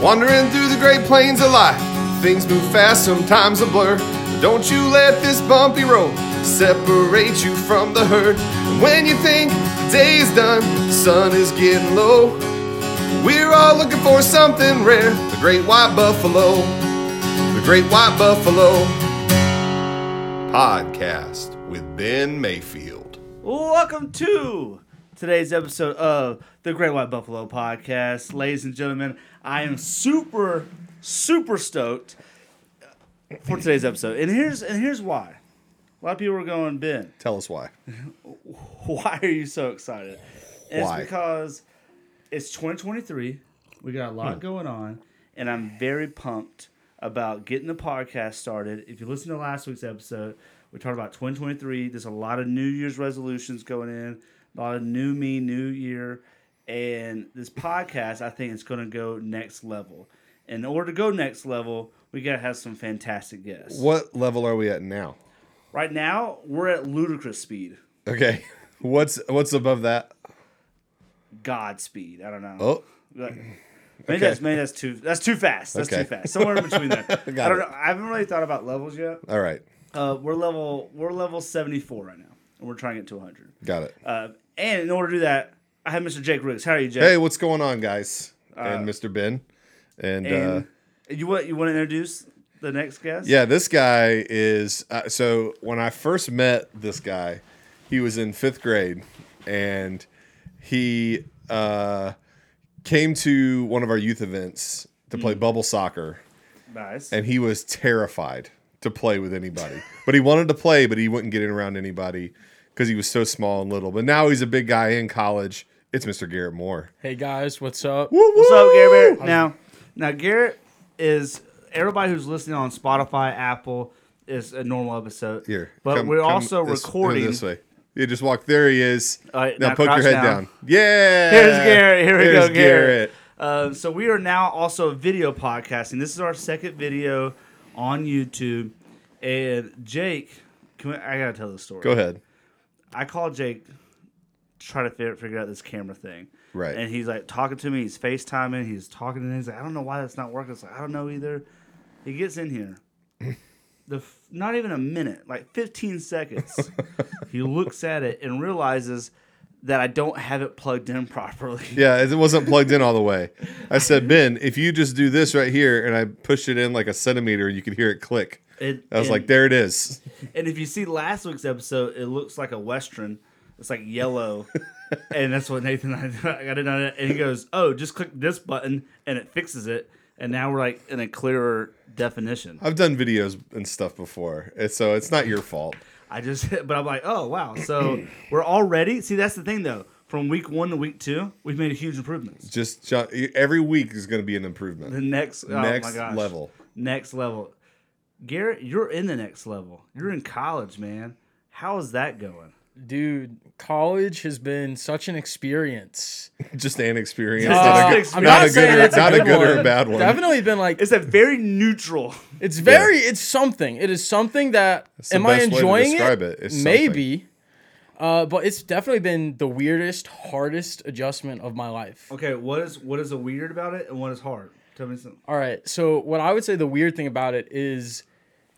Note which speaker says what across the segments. Speaker 1: Wandering through the great plains of life, things move fast, sometimes a blur. But don't you let this bumpy road separate you from the herd. And when you think the day is done, the sun is getting low. We're all looking for something rare the great white buffalo. The great white buffalo podcast with Ben Mayfield.
Speaker 2: Welcome to today's episode of the Great White Buffalo Podcast. Ladies and gentlemen, I am super, super stoked for today's episode. And here's and here's why. A lot of people were going, Ben,
Speaker 1: Tell us why.
Speaker 2: why are you so excited? And
Speaker 1: Why?
Speaker 2: It's because it's 2023. We got a lot
Speaker 1: Hmm.
Speaker 2: going on, and I'm very pumped about getting the podcast started. If you listen to last week's episode, we talked about 2023. There's a lot of New Year's resolutions going in, a lot of new me, new year, and this podcast I think is going to go next level. In order to go next level, we got to have some fantastic guests.
Speaker 1: What level are we at now?
Speaker 2: Right now, we're at ludicrous speed,
Speaker 1: Okay. What's what's above that?
Speaker 2: Godspeed. I don't know.
Speaker 1: Oh,
Speaker 2: Like, Maybe that's maybe that's too that's too fast. That's
Speaker 1: Okay.
Speaker 2: too fast. Somewhere in between there. I
Speaker 1: Got
Speaker 2: don't
Speaker 1: it.
Speaker 2: know. I haven't really thought about levels yet.
Speaker 1: all right.
Speaker 2: Uh, we're level we're level seventy four right now, and we're trying to get to one hundred.
Speaker 1: Got it.
Speaker 2: Uh, and in order to do that, I have Mr. Jake Riggs. How are you, Jake?
Speaker 1: hey, what's going on, guys? and Mr. Ben. And, uh,
Speaker 2: and you want you want to introduce the next guest?
Speaker 1: yeah, this guy is. Uh, so when I first met this guy, he was in fifth grade, and he uh, came to one of our youth events to play bubble soccer.
Speaker 2: nice.
Speaker 1: and he was terrified to play with anybody. but he wanted to play, but he wouldn't get in around anybody because he was so small and little. But now he's a big guy in college. It's Mr. Garrett Moore.
Speaker 3: Hey guys, what's up?
Speaker 2: What's up, Garrett? Barrett? Now, now Garrett is everybody who's listening on Spotify, Apple is a normal episode
Speaker 1: Here,
Speaker 2: but
Speaker 1: come-
Speaker 2: we're
Speaker 1: come
Speaker 2: also
Speaker 1: this-
Speaker 2: recording.
Speaker 1: this way. You just walk. There he is.
Speaker 2: All right,
Speaker 1: now,
Speaker 2: now
Speaker 1: poke your
Speaker 2: crouch
Speaker 1: head down.
Speaker 2: down.
Speaker 1: Yeah.
Speaker 2: Here's Garrett. Here we
Speaker 1: There's
Speaker 2: go, Garrett. Uh, so we are now also video podcasting. This is our second video on YouTube. And Jake, can we, I gotta tell this story.
Speaker 1: Go ahead.
Speaker 2: I called Jake, to try to figure, figure out this camera thing.
Speaker 1: Right.
Speaker 2: And he's like talking to me. He's FaceTiming. He's talking to me. He's like, I don't know why that's not working. It's like I don't know either. He gets in here. The f- not even a minute, like 15 seconds. he looks at it and realizes that I don't have it plugged in properly.
Speaker 1: Yeah, it wasn't plugged in all the way. I said, Ben, if you just do this right here, and I pushed it in like a centimeter, you could hear it click.
Speaker 2: It-
Speaker 1: I was
Speaker 2: and-
Speaker 1: like, there it is.
Speaker 2: And if you see last week's episode, it looks like a western. It's like yellow, and that's what Nathan and I got it on it. And he goes, "Oh, just click this button, and it fixes it." And now we're like in a clearer definition.
Speaker 1: I've done videos and stuff before, and so it's not your fault.
Speaker 2: I just, but I'm like, "Oh wow!" So we're already see. That's the thing though. From week one to week two, we've made a huge improvements.
Speaker 1: Just jo- every week is going to be an improvement.
Speaker 2: The next, oh my
Speaker 1: Next
Speaker 2: gosh.
Speaker 1: level.
Speaker 2: next level. Garrett, you're in the next level. You're in college, man. How is that going?
Speaker 3: Dude, college has been such an experience. Uh,
Speaker 1: Just an experience,
Speaker 2: Just
Speaker 1: not,
Speaker 2: an
Speaker 1: a,
Speaker 2: experience.
Speaker 1: not a good,
Speaker 3: saying
Speaker 1: or,
Speaker 3: it's
Speaker 1: not a good or a bad one.
Speaker 3: Definitely been like
Speaker 2: It's a very neutral.
Speaker 3: it's very it's something. It is something that
Speaker 1: the
Speaker 3: am I
Speaker 1: best way to
Speaker 3: enjoying
Speaker 1: describe it,
Speaker 3: it?
Speaker 1: is something.
Speaker 3: Maybe. Uh, but it's definitely been the weirdest, hardest adjustment of my life.
Speaker 2: Okay, what is what is a weird about it and what is hard? Tell me something.
Speaker 3: All right. So what I would say the weird thing about it is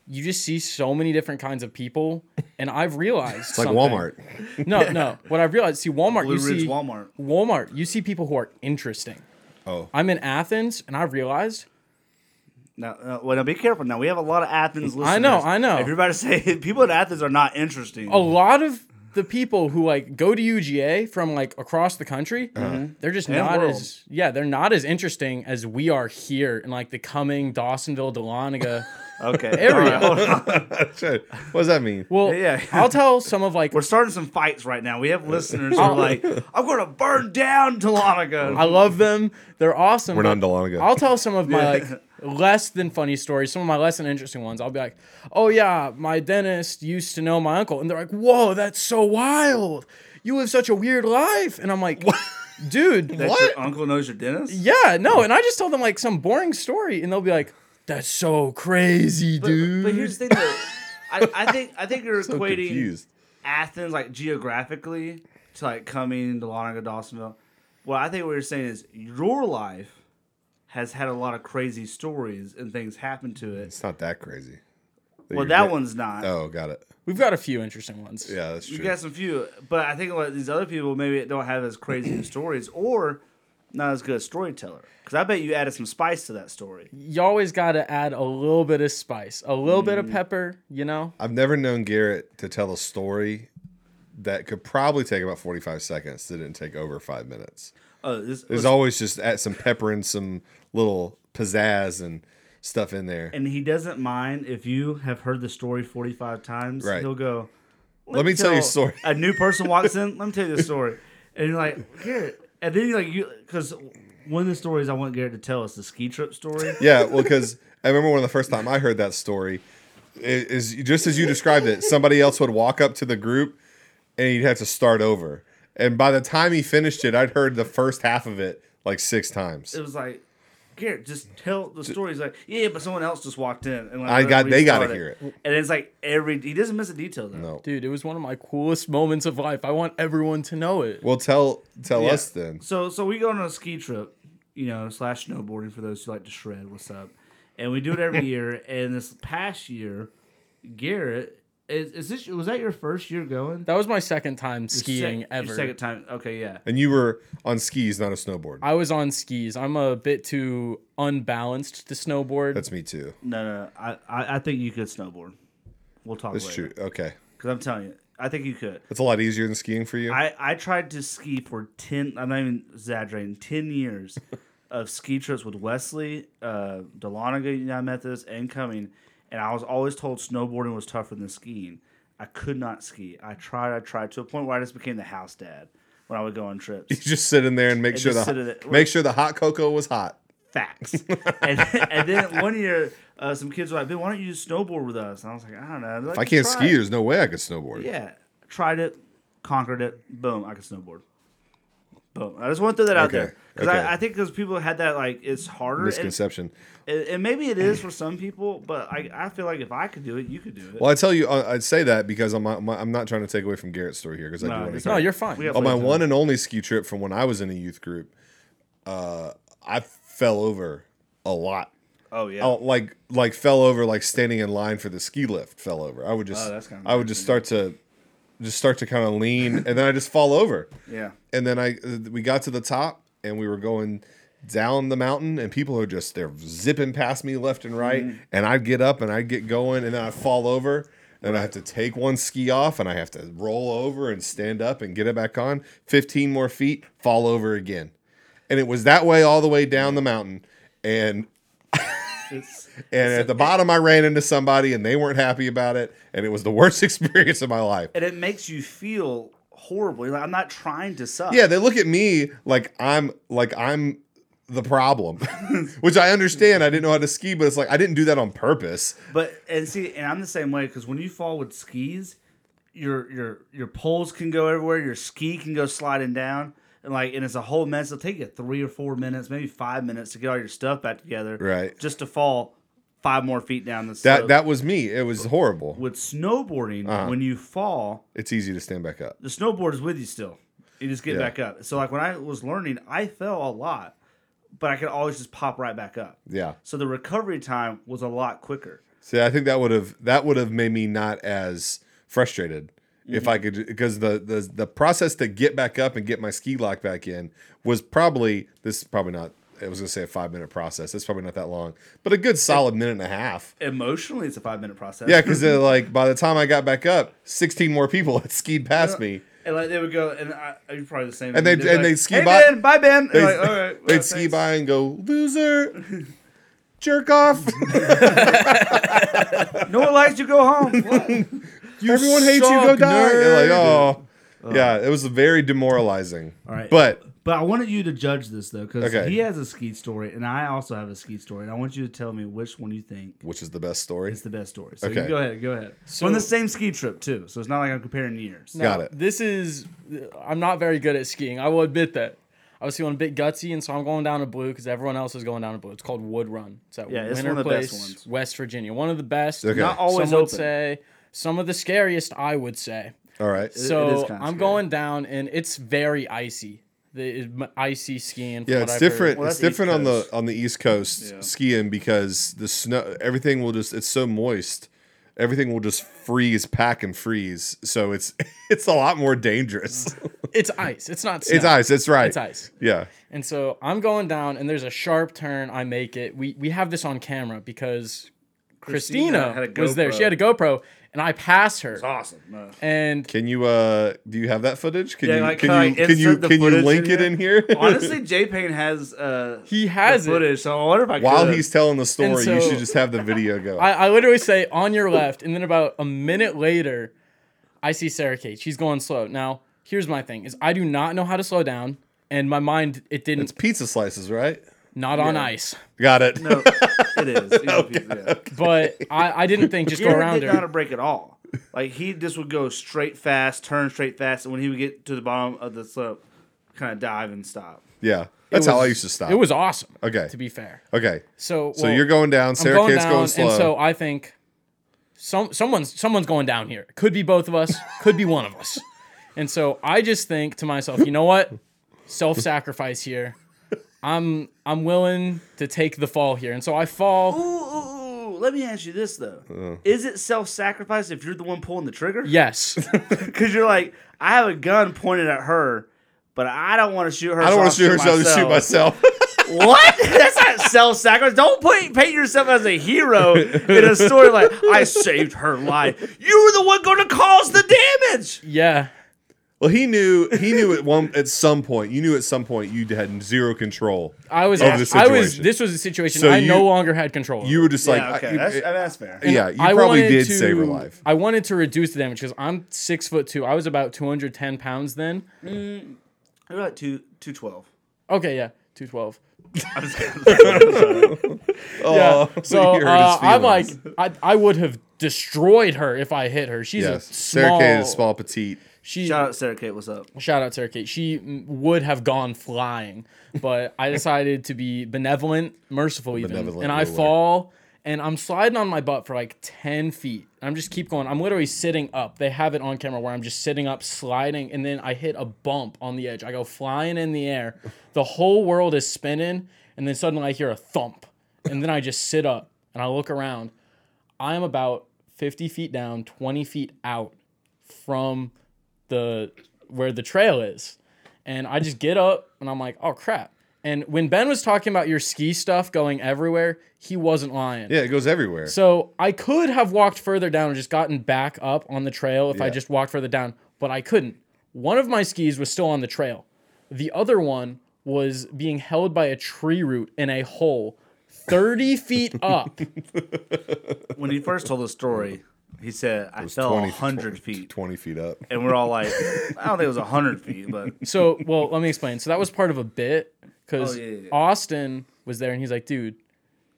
Speaker 3: you just see so many different kinds of people and I've realized
Speaker 1: It's like
Speaker 3: something.
Speaker 1: Walmart.
Speaker 3: No, no. What I've realized, see Walmart
Speaker 2: Blue
Speaker 3: you
Speaker 2: Ridge
Speaker 3: see
Speaker 2: Walmart.
Speaker 3: Walmart, you see people who are interesting.
Speaker 1: Oh.
Speaker 3: I'm in Athens and I realized
Speaker 2: Now, uh, well, now be careful. Now we have a lot of Athens listeners.
Speaker 3: I know, I know. Oh,
Speaker 2: If you're about to say people in Athens are not interesting,
Speaker 3: a lot of the people who like go to UGA from like across the country,
Speaker 1: Mm-hmm.
Speaker 3: they're just not
Speaker 2: Uh-huh. world.
Speaker 3: as yeah, they're not as interesting as we are here in like the coming Dawsonville, Dahlonega.
Speaker 2: okay,
Speaker 3: Area.
Speaker 2: All right, hold on.
Speaker 1: Shit. what does that mean?
Speaker 3: Well,
Speaker 2: Yeah.
Speaker 3: I'll tell some of like
Speaker 2: We're starting some fights right now. We have listeners who are like, "I'm going to burn down Dahlonega."
Speaker 3: Oh. I love them. They're awesome.
Speaker 1: We're not in
Speaker 3: but
Speaker 1: Dahlonega.
Speaker 3: I'll tell some of my
Speaker 2: Yeah.
Speaker 3: like less than funny stories, some of my less than interesting ones. I'll be like, oh yeah, my dentist used to know my uncle. And they're like, whoa, that's so wild. You live such a weird life. And I'm like, dude,
Speaker 2: That
Speaker 3: what?
Speaker 2: Your uncle knows your dentist.
Speaker 3: Yeah, no. And I just tell them like some boring story and they'll be like, that's so crazy, dude.
Speaker 2: But here's the thing, though. I, I think I think you're
Speaker 1: I'm
Speaker 2: equating
Speaker 1: confused.
Speaker 2: Athens, like geographically, to like coming to Dahlonega, Dawsonville. What I think what you're saying is your life has had a lot of crazy stories and things happen to it.
Speaker 1: It's not that crazy.
Speaker 2: Well,
Speaker 1: You're
Speaker 2: that
Speaker 1: right.
Speaker 2: one's not.
Speaker 1: Oh, got it.
Speaker 3: We've got a few interesting ones.
Speaker 1: Yeah, that's true.
Speaker 2: You got some few, but I think a lot of these other people maybe don't have as crazy of stories or not as good a storyteller. Because I bet you added some spice to that story.
Speaker 3: You always got to add a little bit of spice, a little bit of pepper, you know?
Speaker 1: I've never known Garrett to tell a story that could probably take about 45 seconds that didn't take over five minutes.
Speaker 2: Oh, this,
Speaker 1: There's always just add some pepper and some little pizzazz and stuff in there.
Speaker 2: and he doesn't mind if you have heard the story 45 times.
Speaker 1: Right.
Speaker 2: He'll go, Let,
Speaker 1: me tell you a story."
Speaker 2: A new person walks in, let me tell you the story. And you're like, Garrett. And then you're like, you, because one of the stories I want Garrett to tell is the ski trip story.
Speaker 1: yeah, well, because I remember one of the first time I heard that story i- is just as you described it. Somebody else would walk up to the group, and you'd have to start over. And by the time he finished it, I'd heard the first half of it like six times.
Speaker 2: It was like, Garrett, just tell the story. He's like, yeah, but someone else just walked in. And like,
Speaker 1: I got- they gotta
Speaker 2: restarted.
Speaker 1: hear it.
Speaker 2: And it's like every, he doesn't miss a detail though.
Speaker 1: No,
Speaker 3: Dude, it was one of my coolest moments of life. I want everyone to know it.
Speaker 1: well, tell tell
Speaker 2: Yeah.
Speaker 1: us then.
Speaker 2: So so we go on a ski trip, you know, slash snowboarding for those who like to shred. What's up? And we do it every year. And this past year, Garrett is, is this was that your first year going?
Speaker 3: That was my second time skiing
Speaker 2: Sec-
Speaker 3: ever.
Speaker 2: Your second time. Okay, yeah.
Speaker 1: And you were on skis, not a snowboard.
Speaker 3: I was on skis. I'm a bit too unbalanced to snowboard.
Speaker 1: That's me too.
Speaker 2: No, no. no. I, I I think you could snowboard. We'll talk.
Speaker 1: That's true. Okay,
Speaker 2: Because I'm telling you, I think you could.
Speaker 1: that's a lot easier than skiing for you.
Speaker 2: I, I tried to ski for 10, I'm not even exaggerating, 10 years of ski trips with Wesley, uh, Dahlonega United Methodist, and Cumming. And I was always told snowboarding was tougher than skiing. I could not ski. I tried, I tried to a point where I just became the house dad when I would go on
Speaker 1: you
Speaker 2: trips.
Speaker 1: just sit in there and make sure
Speaker 2: just sit in
Speaker 1: the
Speaker 2: it.
Speaker 1: make sure the hot cocoa was hot.
Speaker 2: Facts. and, and then one year, uh, some kids were like, Ben, why don't you snowboard with us? And I was like, I don't know. They're like,
Speaker 1: If I can't
Speaker 2: "Try
Speaker 1: ski,
Speaker 2: it."
Speaker 1: there's no way I could snowboard.
Speaker 2: Yeah. Tried it, conquered it, boom, I can snowboard. Boom. I just want to throw that out
Speaker 1: Okay,
Speaker 2: there. Because
Speaker 1: okay.
Speaker 2: I, I think because people had that, like, it's harder. And,
Speaker 1: Misconception.
Speaker 2: and and maybe it is for some people, but I, I feel like if I could do it, you could do it.
Speaker 1: Well, I tell you, I- I'd say that because I'm, I'm, I'm not trying to take away from Garrett's story here because I
Speaker 2: No,
Speaker 1: do want
Speaker 2: it's
Speaker 1: to.
Speaker 3: no,
Speaker 2: not.
Speaker 3: you're fine.
Speaker 2: We have-
Speaker 1: On Oh, my
Speaker 2: Please.
Speaker 1: one and only ski trip from when I was in a youth group, uh, I fell over a lot.
Speaker 2: Oh, yeah.
Speaker 1: Oh, like like fell over like standing in line for the ski lift fell over. I would just
Speaker 2: Oh, that's kinda
Speaker 1: I would just start to just start to kind of lean and then I just fall over.
Speaker 2: Yeah.
Speaker 1: And then I uh, we got to the top and we were going down the mountain and people are just they're zipping past me left and right
Speaker 2: Mm-hmm.
Speaker 1: and I'd get up and I'd get going and then I fall over and I have to take one ski off and I have to roll over and stand up and get it back on 15 more feet fall over again. And it was that way all the way down the mountain and
Speaker 2: It's,
Speaker 1: and at the bottom, I ran into somebody, and they weren't happy about it, and it was the worst experience of my life.
Speaker 2: and it makes you feel horrible. You're like, I'm not trying to suck.
Speaker 1: Yeah, they look at me like I'm like I'm the problem, which I understand. I didn't know how to ski, but it's like I didn't do that on purpose.
Speaker 2: But and see, and I'm the same way because when you fall with skis, your your your poles can go everywhere, your ski can go sliding down, and like and it's a whole mess. It'll take you three or four minutes, maybe five minutes to get all your stuff back together,
Speaker 1: Right.
Speaker 2: Just to fall five more feet down the
Speaker 1: That
Speaker 2: slope.
Speaker 1: that Uh-huh. was me. It was horrible.
Speaker 2: with snowboarding, when you fall,
Speaker 1: It's easy to stand back up.
Speaker 2: the snowboard is with you still. You just get
Speaker 1: Yeah.
Speaker 2: back up. So like when I was learning, I fell a lot, but I could always just pop right back up.
Speaker 1: Yeah.
Speaker 2: So the recovery time was a lot quicker.
Speaker 1: See, I think that would have that would have made me not as frustrated if I could because the, the the process to get back up and get my ski lock back in was probably this is probably not I was gonna say a five minute process. It's probably not that long, but a good solid minute and a half.
Speaker 2: Emotionally, it's a five minute process.
Speaker 1: Yeah, because like by the time I got back up, sixteen more people had skied past me.
Speaker 2: And like they would go, and I, you're probably the same.
Speaker 1: And they'd- and they'd ski
Speaker 2: hey,
Speaker 1: by-
Speaker 2: Ben, bye, Ben.
Speaker 1: They'd,
Speaker 2: They'd, like, All right,
Speaker 1: they'd
Speaker 2: well,
Speaker 1: ski
Speaker 2: thanks."
Speaker 1: by and go loser, jerk off.
Speaker 2: No one likes you. Go home. What?
Speaker 1: Everyone hates you. Go
Speaker 3: suck,
Speaker 1: die. They're like,
Speaker 3: nerd.
Speaker 1: oh, yeah. It was very demoralizing.
Speaker 2: All right.
Speaker 1: But
Speaker 2: but I wanted you to judge this though, because
Speaker 1: Okay.
Speaker 2: he has a ski story, and I also have a ski story, and I want you to tell me which one you think
Speaker 1: which is the best story?
Speaker 2: is the best story. So
Speaker 1: Okay.
Speaker 2: you go ahead. Go ahead.
Speaker 3: So-
Speaker 2: So, on the same ski trip too, so it's not like I'm comparing years.
Speaker 3: No,
Speaker 1: Got it.
Speaker 3: This is I'm not very good at skiing. I will admit that. I was feeling a bit gutsy, and so I'm going down to Blue because everyone else is going down to Blue. It's called Wood Run. It's at
Speaker 2: Yeah, it's
Speaker 3: Winter
Speaker 2: one of the
Speaker 3: Place,
Speaker 2: best ones.
Speaker 3: West Virginia. One of the best.
Speaker 1: Okay.
Speaker 2: Not always
Speaker 3: some would
Speaker 2: open.
Speaker 3: say some of the scariest. I would say.
Speaker 1: All right.
Speaker 2: it is
Speaker 3: So
Speaker 2: kinda
Speaker 3: I'm
Speaker 2: scary.
Speaker 3: going down, and it's very icy. the icy skiing. from
Speaker 4: Yeah,
Speaker 3: what
Speaker 4: it's
Speaker 3: I've heard.
Speaker 4: different.
Speaker 2: Well,
Speaker 4: it's
Speaker 2: that's East
Speaker 4: different on the
Speaker 2: Coast.
Speaker 4: on the East Coast
Speaker 2: Yeah.
Speaker 4: skiing because the snow, everything will just it's so moist. Everything will just freeze, pack, and freeze. So it's it's a lot more dangerous.
Speaker 3: It's ice. It's not. Snow.
Speaker 4: It's ice. That's right.
Speaker 3: It's ice.
Speaker 4: Yeah.
Speaker 3: And so I'm going down, and there's a sharp turn. I make it. We we have this on camera because Christina,
Speaker 2: Christina had a
Speaker 3: was there.
Speaker 2: GoPro.
Speaker 3: She had a GoPro, and I pass her.
Speaker 2: It's awesome. No.
Speaker 3: And
Speaker 4: Can you uh do you have that footage? Can
Speaker 2: Yeah,
Speaker 4: you
Speaker 2: like,
Speaker 4: can,
Speaker 2: can I
Speaker 4: you can you
Speaker 2: insert the
Speaker 4: can you
Speaker 2: footage
Speaker 4: link
Speaker 2: in
Speaker 4: it
Speaker 2: here?
Speaker 4: in here?
Speaker 2: Honestly, J Pain has uh
Speaker 3: he has
Speaker 2: the
Speaker 3: it.
Speaker 2: footage, so I wonder if I
Speaker 4: While
Speaker 2: could.
Speaker 4: he's telling the story, you
Speaker 3: so-
Speaker 4: should just have the video go.
Speaker 3: I, I literally say on your left, and then about a minute later, I see Sarah Kate. She's going slow. Now, here's my thing: is I do not know how to slow down, and my mind it didn't.
Speaker 4: it's pizza slices, right?
Speaker 3: not on ice,
Speaker 4: Got it.
Speaker 2: No, it is. You know, people- yeah.
Speaker 3: but I, I didn't think just go
Speaker 2: Garrett
Speaker 3: around
Speaker 2: didn't know how
Speaker 3: her.
Speaker 2: to break at all. Like he just would go straight fast, turn straight fast, and when he would get to the bottom of the slope, kind of dive and stop.
Speaker 4: Yeah. That's how I used to stop.
Speaker 3: It was awesome.
Speaker 4: Okay.
Speaker 3: to be fair.
Speaker 4: okay.
Speaker 3: So
Speaker 4: So you're going down.
Speaker 3: I'm
Speaker 4: Sarah
Speaker 3: going
Speaker 4: Kate's
Speaker 3: down,
Speaker 4: going slow.
Speaker 3: and so I think some someone's someone's going down here. Could be both of us. Could be one of us. And so I just think to myself, you know what? Self sacrifice here. I'm I'm willing to take the fall here. And so I fall.
Speaker 2: Ooh, ooh, ooh. Let me ask you this though: Is it self-sacrifice if you're the one pulling the trigger?
Speaker 3: Yes.
Speaker 2: because you're like, I have a gun pointed at her, but I don't want to shoot her.
Speaker 4: I don't want to shoot herself
Speaker 2: myself.
Speaker 4: to shoot myself.
Speaker 2: What? That's not self-sacrifice. Don't put, paint yourself as a hero in a story like I saved her life. You were the one going to cause the damage.
Speaker 3: Yeah.
Speaker 4: well, he knew. He knew at one at some point. You knew at some point you had zero control.
Speaker 3: I was
Speaker 4: Of the
Speaker 3: I was
Speaker 4: situation.
Speaker 3: this was a situation
Speaker 4: So
Speaker 3: I no
Speaker 4: you-
Speaker 3: longer had control over.
Speaker 4: You were just like,
Speaker 2: yeah, okay,
Speaker 4: I- you-
Speaker 2: that's,
Speaker 4: it-
Speaker 2: that's fair.
Speaker 4: yeah, you
Speaker 3: I
Speaker 4: probably
Speaker 3: wanted
Speaker 4: did
Speaker 3: to-
Speaker 4: save her life.
Speaker 3: I wanted to reduce the damage because I'm six foot two. I was about two hundred ten pounds then.
Speaker 2: You're like two two twelve.
Speaker 3: Okay, yeah, two twelve.
Speaker 4: Oh,
Speaker 3: So
Speaker 4: you hurt his
Speaker 3: uh, I'm like,
Speaker 4: feelings.
Speaker 3: I, I would have destroyed her if I hit her. She's
Speaker 4: yes,
Speaker 3: a
Speaker 4: Sarah
Speaker 3: small.
Speaker 4: Kate is small, petite.
Speaker 3: She
Speaker 2: Shout
Speaker 3: shout
Speaker 2: out Sarah Kate. What's up?
Speaker 3: out, Sarah Kate. She mm, would have gone flying, but I decided to be benevolent, merciful, even,
Speaker 4: Benevolent
Speaker 3: and I
Speaker 4: ruler.
Speaker 3: fall. And I'm sliding on my butt for like 10 feet. I'm just keep going. I'm literally sitting up. They have it on camera where I'm just sitting up, sliding, and then I hit a bump on the edge. I go flying in the air. The whole world is spinning, and then suddenly I hear a thump. And then I just sit up and I look around. I am about 50 feet down, 20 feet out from the where the trail is. And I just get up and I'm like, oh crap. And when Ben was talking about your ski stuff going everywhere, he wasn't lying.
Speaker 4: Yeah, it goes everywhere.
Speaker 3: So I could have walked further down and just gotten back up on the trail if I
Speaker 4: Yeah.
Speaker 3: just walked further down, but I couldn't. One of my skis was still on the trail. The other one was being held by a tree root in a hole 30 feet up.
Speaker 2: When he first told the story, he said I fell
Speaker 4: 20
Speaker 2: a hundred feet,
Speaker 4: twenty feet up.
Speaker 2: and we're all like, I don't think it was hundred feet, but
Speaker 3: So, well, let me explain. So that was part of a bit because
Speaker 2: Oh, yeah, yeah, yeah.
Speaker 3: Austin was there and he's like, dude,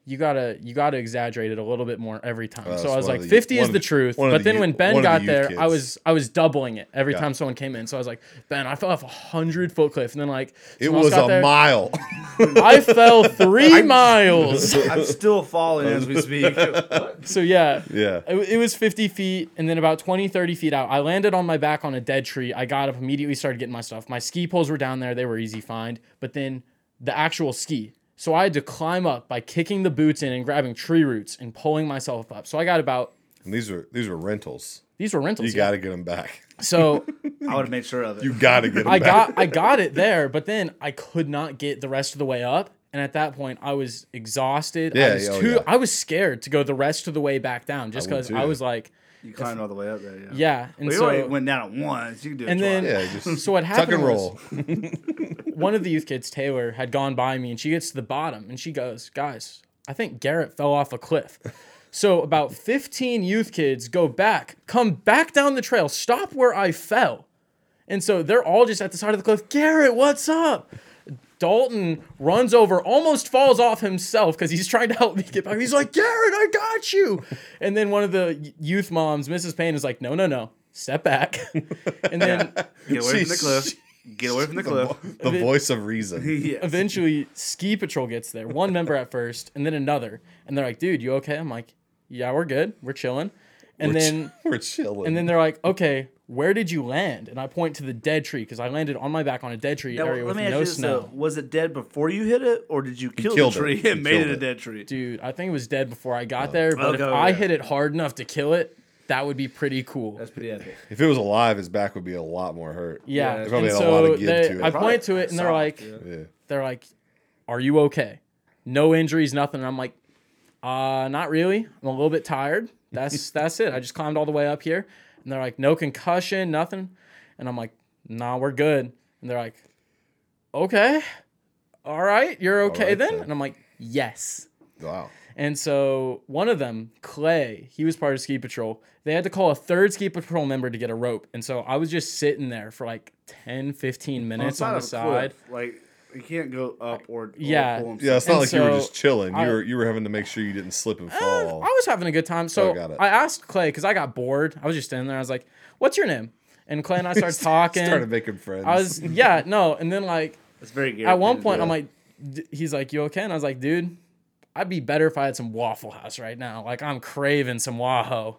Speaker 3: you gotta you gotta exaggerate it a little bit more every time. so
Speaker 4: that's
Speaker 3: I was
Speaker 4: one of
Speaker 3: like,
Speaker 4: the-
Speaker 3: 50
Speaker 4: one
Speaker 3: is
Speaker 4: of
Speaker 3: the
Speaker 4: the-
Speaker 3: truth.
Speaker 4: one of
Speaker 3: But
Speaker 4: the
Speaker 3: then
Speaker 4: you-
Speaker 3: when Ben
Speaker 4: one of the
Speaker 3: got
Speaker 4: youth
Speaker 3: there, I
Speaker 4: kids.
Speaker 3: was I was doubling it every time someone came in. So I was like, Ben, I fell off a hundred foot cliff, and then like
Speaker 4: It
Speaker 3: someone else
Speaker 4: was
Speaker 3: got
Speaker 4: a
Speaker 3: there.
Speaker 4: mile.
Speaker 3: I fell three miles.
Speaker 2: I'm still falling as we speak.
Speaker 3: So yeah,
Speaker 4: Yeah.
Speaker 3: It, it was 50 feet and then about 20, 30 feet out. I landed on my back on a dead tree. I got up, immediately started getting my stuff. My ski poles were down there, they were easy find, but then the actual ski. So I had to climb up by kicking the boots in and grabbing tree roots and pulling myself up. So I got about
Speaker 4: And these were these were rentals.
Speaker 3: these were rentals.
Speaker 4: You got to get them back.
Speaker 3: so
Speaker 2: I would have made sure of it.
Speaker 4: You got to get them
Speaker 3: I
Speaker 4: back.
Speaker 3: got I got it there, but then I could not get the rest of the way up. And at that point, I was exhausted. I
Speaker 4: Yeah,
Speaker 3: was
Speaker 4: yeah, oh,
Speaker 3: too.
Speaker 4: yeah.
Speaker 3: I was scared to go the rest of the way back down, just
Speaker 4: I would
Speaker 3: because
Speaker 4: too.
Speaker 3: I, was like,
Speaker 2: You climbed all the way up there, yeah.
Speaker 3: yeah. And
Speaker 2: Well, you
Speaker 3: so
Speaker 2: already went down at once. You can do it
Speaker 3: And
Speaker 2: twice.
Speaker 3: then-
Speaker 4: yeah, just
Speaker 3: So what happened
Speaker 4: tuck and
Speaker 3: was-
Speaker 4: roll.
Speaker 3: one of the youth kids, Taylor, had gone by me and she gets to the bottom and she goes, Guys, I think Garrett fell off a cliff. So about 15 youth kids go back, come back down the trail, stop where I fell. And so they're all just at the side of the cliff, Garrett, what's up? Dalton runs over, almost falls off himself because he's trying to help me get back. He's like, Garrett, I got you. And then one of the y- youth moms, Mrs. Payne, is like, No, no, no, step back. and then
Speaker 2: get away from the
Speaker 4: Jeez.
Speaker 2: cliff. Get away from the cliff.
Speaker 4: The voice of reason.
Speaker 2: yeah.
Speaker 3: eventually ski patrol gets there one member at first and then another and they're like dude you okay i'm like yeah we're good we're chilling and
Speaker 4: We're
Speaker 3: then
Speaker 4: ch- we're chilling.
Speaker 3: and then they're like okay where did you land? And I point to the dead tree because I landed on my back on a dead tree
Speaker 2: Now,
Speaker 3: area
Speaker 2: let
Speaker 3: with
Speaker 2: me ask
Speaker 3: no
Speaker 2: you this,
Speaker 3: snow.
Speaker 2: though. Was it dead before you hit it, or did you kill the
Speaker 1: killed it.
Speaker 2: tree
Speaker 1: You
Speaker 2: and made it
Speaker 1: killed
Speaker 2: a
Speaker 1: it.
Speaker 2: dead tree?
Speaker 3: Dude, I think it was dead before I
Speaker 4: Oh.
Speaker 3: got there, but if
Speaker 2: Okay,
Speaker 3: I
Speaker 2: okay.
Speaker 3: hit it hard enough to kill it, that would be pretty cool.
Speaker 2: That's pretty epic.
Speaker 1: If it was alive, his back would be a lot more hurt.
Speaker 3: yeah.
Speaker 2: It
Speaker 1: probably
Speaker 3: and
Speaker 1: had a lot
Speaker 3: so
Speaker 1: to give
Speaker 3: they-
Speaker 1: to it.
Speaker 3: I
Speaker 2: Probably
Speaker 3: point to it and they're
Speaker 2: soft,
Speaker 3: like,
Speaker 2: yeah.
Speaker 1: Yeah.
Speaker 3: they're like, "Are you okay? No injuries, nothing." And I'm like, "Uh, not really. I'm a little bit tired. That's that's it. I just climbed all the way up here." And they're like, "No concussion, nothing." And I'm like, "Nah, we're good." And they're like, "Okay, all right, you're okay
Speaker 1: right,
Speaker 3: then."
Speaker 1: then.
Speaker 3: And I'm like, "Yes."
Speaker 1: Wow.
Speaker 3: And so one of them, Clay, he was part of ski patrol. They had to call a third ski patrol member to get a rope. And so I was just sitting there for like 10, 15 minutes on,
Speaker 2: side
Speaker 3: the
Speaker 2: of a
Speaker 3: side.
Speaker 2: cliff, Like you can't go up or, or
Speaker 3: Yeah.
Speaker 2: pull 'em
Speaker 1: Yeah, it's not
Speaker 3: And
Speaker 1: like you were
Speaker 3: so
Speaker 1: just chilling.
Speaker 3: I-
Speaker 1: you were you were having to make sure you didn't slip and
Speaker 3: Uh,
Speaker 1: fall.
Speaker 3: I was having a good time. So
Speaker 1: Oh. got it.
Speaker 3: I asked Clay because I got bored. I was just standing there. I was like, "What's your name?" And Clay and I started talking.
Speaker 1: Started making friends.
Speaker 3: I was yeah no, and then like
Speaker 2: It's very good.
Speaker 3: at one point I'm like, d- he's like, "You okay?" And I was like, "Dude, I'd be better if I had some Waffle House right now. Like I'm craving some Wahoo."